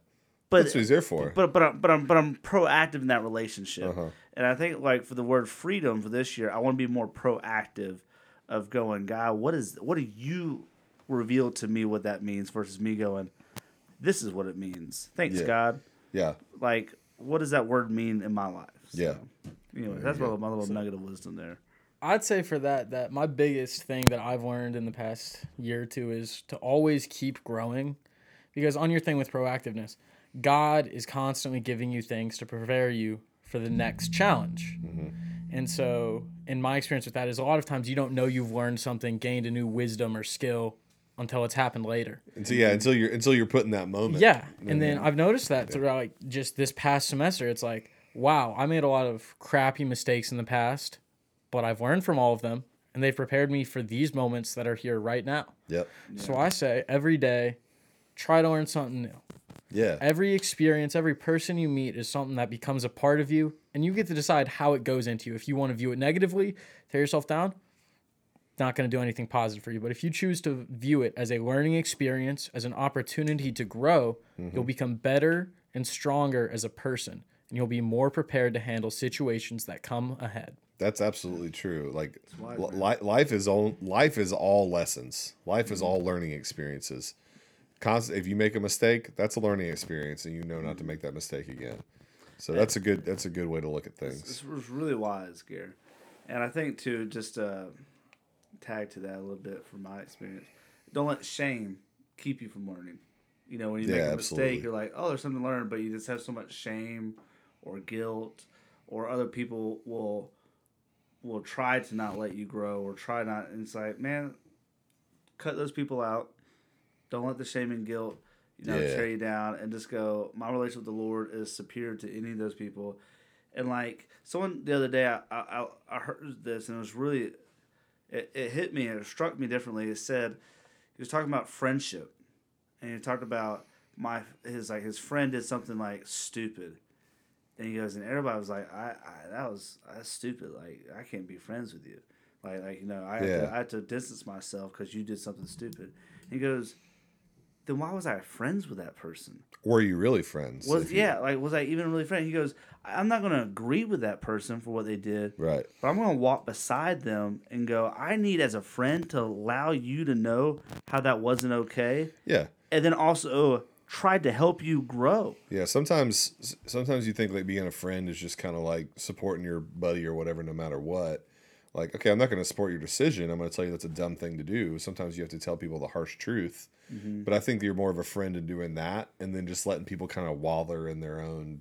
Speaker 2: But
Speaker 1: That's what he's there for.
Speaker 2: but but I'm, but I'm but I'm proactive in that relationship,
Speaker 1: Uh-huh.
Speaker 2: and I think like for the word freedom for this year, I want to be more proactive of going, God, what is what do you reveal to me what that means versus me going, this is what it means. Thanks
Speaker 1: Yeah.
Speaker 2: God.
Speaker 1: yeah.
Speaker 2: Like, what does that word mean in my life? So,
Speaker 1: Yeah.
Speaker 2: Anyway, that's my, my little nugget of wisdom there.
Speaker 3: I'd say for that that my biggest thing that I've learned in the past year or two is to always keep growing because on your thing with proactiveness, God is constantly giving you things to prepare you for the next challenge. And so, in my experience with that, is a lot of times you don't know you've learned something, gained a new wisdom or skill until it's happened later.
Speaker 1: And so yeah, until you're until you're put in that moment.
Speaker 3: Yeah. And then I've noticed that throughout like just this past semester, it's like, wow, I made a lot of crappy mistakes in the past, but I've learned from all of them and they've prepared me for these moments that are here right now.
Speaker 1: Yep.
Speaker 3: So I say every day, try to learn something new.
Speaker 1: Yeah.
Speaker 3: Every experience, every person you meet is something that becomes a part of you, and you get to decide how it goes into you. If you want to view it negatively, tear yourself down, not going to do anything positive for you. But if you choose to view it as a learning experience, as an opportunity to grow,
Speaker 2: Mm-hmm.
Speaker 3: you'll become better and stronger as a person, and you'll be more prepared to handle situations that come ahead.
Speaker 1: That's absolutely true. Like li- li- life is all life is all lessons. Life
Speaker 2: Mm-hmm.
Speaker 1: is all learning experiences. Const- if you make a mistake, that's a learning experience, and you know not to make that mistake again. So that's a good that's a good way to look at things.
Speaker 2: This was really wise, Gear. And I think too, just uh, tag to that a little bit from my experience. Don't let shame keep you from learning. You know, when you make
Speaker 1: Yeah,
Speaker 2: a
Speaker 1: absolutely.
Speaker 2: mistake, you're like, oh, there's something to learn, but you just have so much shame or guilt, or other people will will try to not let you grow or try not. And it's like, man, cut those people out. Don't let the shame and guilt, you know,
Speaker 1: Yeah.
Speaker 2: tear you down. And just go, my relationship with the Lord is superior to any of those people. And like someone the other day, I I, I heard this and it was really, it, it hit me and it struck me differently. It said, he was talking about friendship, and he talked about my his like his friend did something like stupid, and he goes and everybody was like I, I that was that's stupid like I can't be friends with you, like like you know I had
Speaker 1: Yeah.
Speaker 2: to, I had to distance myself because you did something stupid. he goes, then why was I friends with that person?
Speaker 1: Were you really friends?
Speaker 2: Was
Speaker 1: If you-
Speaker 2: yeah, like was I even really friend? He goes, "I- I'm not gonna agree with that person for what they did,
Speaker 1: Right.
Speaker 2: but I'm gonna walk beside them and go, I need as a friend to allow you to know how that wasn't okay,
Speaker 1: Yeah.
Speaker 2: and then also tried to help you grow.
Speaker 1: Yeah. Sometimes s- sometimes you think like being a friend is just kind of like supporting your buddy or whatever, no matter what. Like, okay, I'm not going to support your decision. I'm going to tell you that's a dumb thing to do. Sometimes you have to tell people the harsh truth. But I think you're more of a friend in doing that and then just letting people kind of wallow in their own,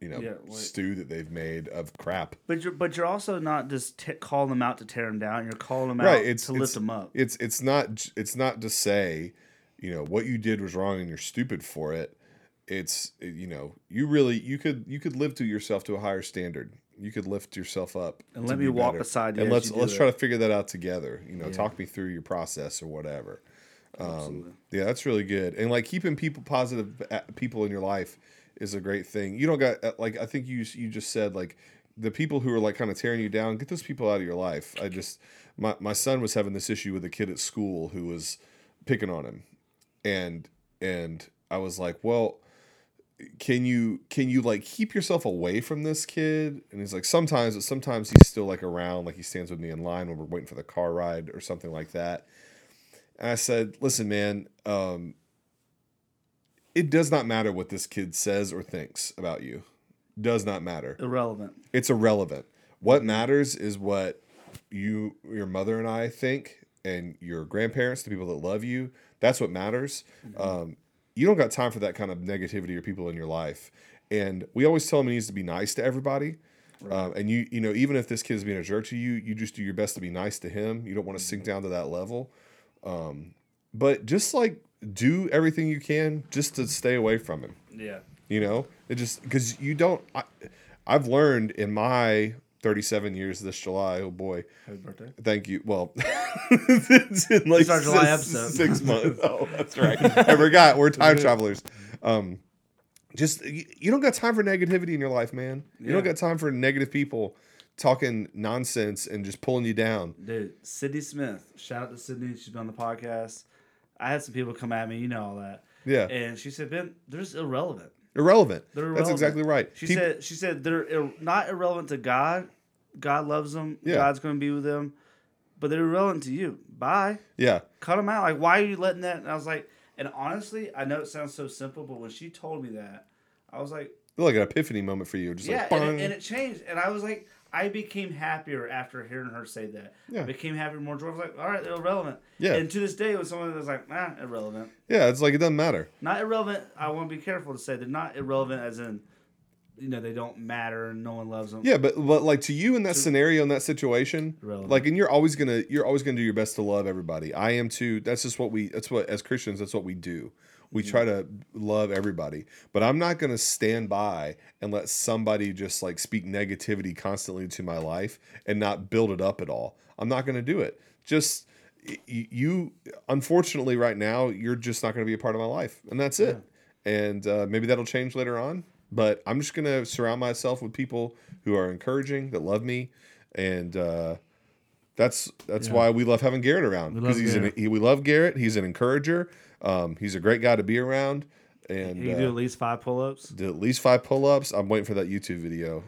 Speaker 1: you know,
Speaker 2: Yeah, like-
Speaker 1: stew that they've made of crap.
Speaker 2: But you're but you're also not just t- calling them out to tear them down. You're calling them out to lift them up.
Speaker 1: It's it's not j- it's not to say, you know, what you did was wrong and you're stupid for it. It's uh, you know, you really you could you could live to yourself to a higher standard. You could lift yourself up
Speaker 2: And
Speaker 1: to
Speaker 2: let
Speaker 1: be
Speaker 2: me walk beside you
Speaker 1: And
Speaker 2: as
Speaker 1: let's
Speaker 2: you do
Speaker 1: let's
Speaker 2: that.
Speaker 1: try to figure that out together. You know, talk me through your process or whatever. um,
Speaker 2: Absolutely.
Speaker 1: Yeah, that's really good. And like keeping people positive uh, people in your life is a great thing. You don't got uh, like I think you s- you just said like the people who are like kind of tearing you down, get those people out of your life. I just my my son was having this issue with a kid at school who was picking on him. And and I was like, "Well, can you can you like keep yourself away from this kid and he's like sometimes but sometimes he's still like around like he stands with me in line when we're waiting for the car ride or something like that and i said listen man um it does not matter what this kid says or thinks about you does not matter
Speaker 2: Irrelevant.
Speaker 1: it's irrelevant what matters is what you your mother and i think and your grandparents the people that love you that's what matters um, you don't got time for that kind of negativity or people in your life and we always tell him he needs to be nice to everybody um, and you you know even if this kid is being a jerk to you you just do your best to be nice to him you don't want to sink down to that level um, but just like do everything you can just to stay away from him
Speaker 2: Yeah.
Speaker 1: you know, it just because you don't. I, I've learned in my 37 years this July. Oh boy,
Speaker 2: Happy birthday.
Speaker 1: thank you. Well, it's in like
Speaker 2: It's our July
Speaker 1: six-
Speaker 2: episode.
Speaker 1: six months. Oh, that's right. I forgot. We're time travelers. Um, just you, you don't got time for negativity in your life, man. You don't
Speaker 2: Yeah.
Speaker 1: got time for negative people talking nonsense and just pulling you down.
Speaker 2: Dude, Sydney Smith. Shout out to Sydney. She's been on the podcast. I had some people come at me. You know all that.
Speaker 1: Yeah.
Speaker 2: And she said, "Ben, they're just irrelevant.
Speaker 1: Irrelevant.
Speaker 2: They're
Speaker 1: That's
Speaker 2: irrelevant.
Speaker 1: exactly right.
Speaker 2: She
Speaker 1: Peop-
Speaker 2: said. She said they're ir- not irrelevant to God. God loves them.
Speaker 1: Yeah.
Speaker 2: God's going to be with them, but they're irrelevant to you. Bye.
Speaker 1: yeah,
Speaker 2: Cut them out. Like, why are you letting that? And I was like, and honestly, I know it sounds so simple, but when she told me that, I was like,
Speaker 1: like an epiphany moment for you. Just
Speaker 2: yeah,
Speaker 1: like,
Speaker 2: and
Speaker 1: bang.
Speaker 2: it, and it changed. And I was like, I became happier after hearing her say that.
Speaker 1: Yeah.
Speaker 2: I became happier, more joyful. I was like, all right, they're irrelevant.
Speaker 1: Yeah.
Speaker 2: And to this day, when someone was like, nah, irrelevant.
Speaker 1: yeah, it's like it doesn't matter.
Speaker 2: Not irrelevant. I want to be careful to say they're not irrelevant, as in, you know, they don't matter and no one loves them.
Speaker 1: Yeah, but but like to you in that scenario in that situation,
Speaker 2: Relevant.
Speaker 1: like and you're always gonna you're always gonna do your best to love everybody. I am too. That's just what we. That's what as Christians that's what we do. We try to love everybody, but I'm not gonna stand by and let somebody just like speak negativity constantly to my life and not build it up at all. I'm not gonna do it. Just y- you unfortunately right now you're just not going to be a part of my life and that's it and uh, maybe that'll change later on. But I'm just gonna surround myself with people who are encouraging, that love me, and uh, that's that's why we love having Garrett around
Speaker 2: love
Speaker 1: because he's an,
Speaker 2: Garrett.
Speaker 1: he, we love Garrett. He's an encourager. Um, he's a great guy to be around, and
Speaker 2: You
Speaker 1: uh,
Speaker 2: do at least five pull-ups.
Speaker 1: did at least five pull-ups. I'm waiting for that YouTube video.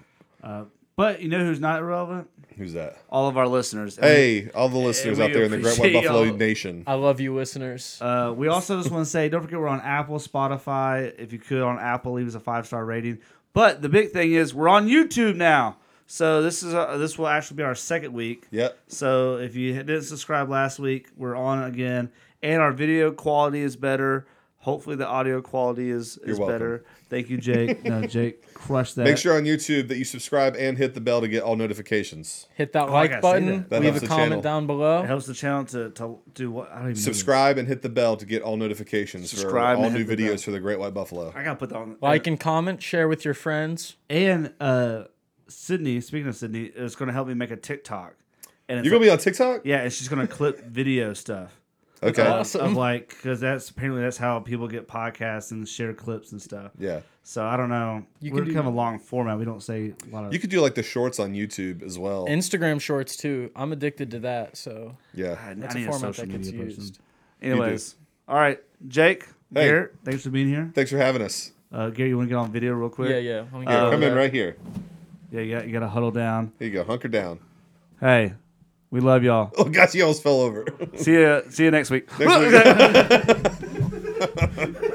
Speaker 2: But you know who's not relevant?
Speaker 1: Who's that?
Speaker 2: All of our listeners. And
Speaker 1: Hey, all the listeners
Speaker 2: eh, we
Speaker 1: out there in the Great White
Speaker 2: appreciate
Speaker 1: Buffalo
Speaker 2: y'all.
Speaker 1: Nation.
Speaker 3: I love you, listeners.
Speaker 2: Uh, we also just want to say, don't forget we're on Apple, Spotify. If you could on Apple, leave us a five star rating. But the big thing is we're on YouTube now. So this is uh this will actually be our second week.
Speaker 1: Yep.
Speaker 2: So if you didn't subscribe last week, we're on again, and our video quality is better. Hopefully the audio quality is is
Speaker 1: welcome.
Speaker 2: better. Thank you, Jake. no, Jake, crush that.
Speaker 1: Make sure on YouTube that you subscribe and hit the bell to get all notifications.
Speaker 3: Hit that
Speaker 2: oh, I
Speaker 3: like
Speaker 2: gotta say
Speaker 3: button.
Speaker 2: that.
Speaker 1: That
Speaker 3: leave
Speaker 1: helps the
Speaker 3: a comment
Speaker 1: channel.
Speaker 3: down
Speaker 2: it
Speaker 3: below.
Speaker 2: helps the channel to, to do what I don't even
Speaker 1: Subscribe and hit the bell to get all notifications
Speaker 2: Subscribe
Speaker 1: for all
Speaker 2: and
Speaker 1: new
Speaker 2: hit the bell.
Speaker 1: videos for the Great White Buffalo.
Speaker 2: Know. I gotta put that on.
Speaker 3: Like and comment. Share with your friends.
Speaker 2: and uh, Sydney. Speaking of Sydney, is gonna help me make a TikTok. And it's
Speaker 1: You're gonna be on TikTok?
Speaker 2: Yeah, and she's gonna clip video stuff.
Speaker 1: Okay.
Speaker 2: uh, Of like, because that's apparently that's how people get podcasts and share clips and stuff.
Speaker 1: Yeah.
Speaker 2: So I don't know.
Speaker 3: You
Speaker 2: We're
Speaker 3: can do-
Speaker 2: kind of a long format. We don't say a lot of.
Speaker 1: You could do like the shorts on YouTube as well.
Speaker 3: Instagram shorts too. I'm addicted to that. So
Speaker 1: yeah.
Speaker 2: I
Speaker 3: that's a
Speaker 2: need a
Speaker 3: format
Speaker 2: social
Speaker 3: that gets
Speaker 2: media person.
Speaker 3: used.
Speaker 2: Anyways, all right, Jake,
Speaker 1: Hey.
Speaker 2: Garrett, thanks for being here.
Speaker 1: Thanks for having us.
Speaker 2: Uh, Garrett, you want to get on video real quick?
Speaker 3: Yeah, yeah. Let me
Speaker 1: Here,
Speaker 2: Oh,
Speaker 3: get
Speaker 1: Uh, come
Speaker 3: that.
Speaker 1: in right here.
Speaker 2: yeah. You got, you got to huddle down.
Speaker 1: Here you go. Hunker down.
Speaker 2: Hey, we love y'all.
Speaker 1: Oh gosh, you almost fell over.
Speaker 2: see you. See you next week.
Speaker 1: Next week.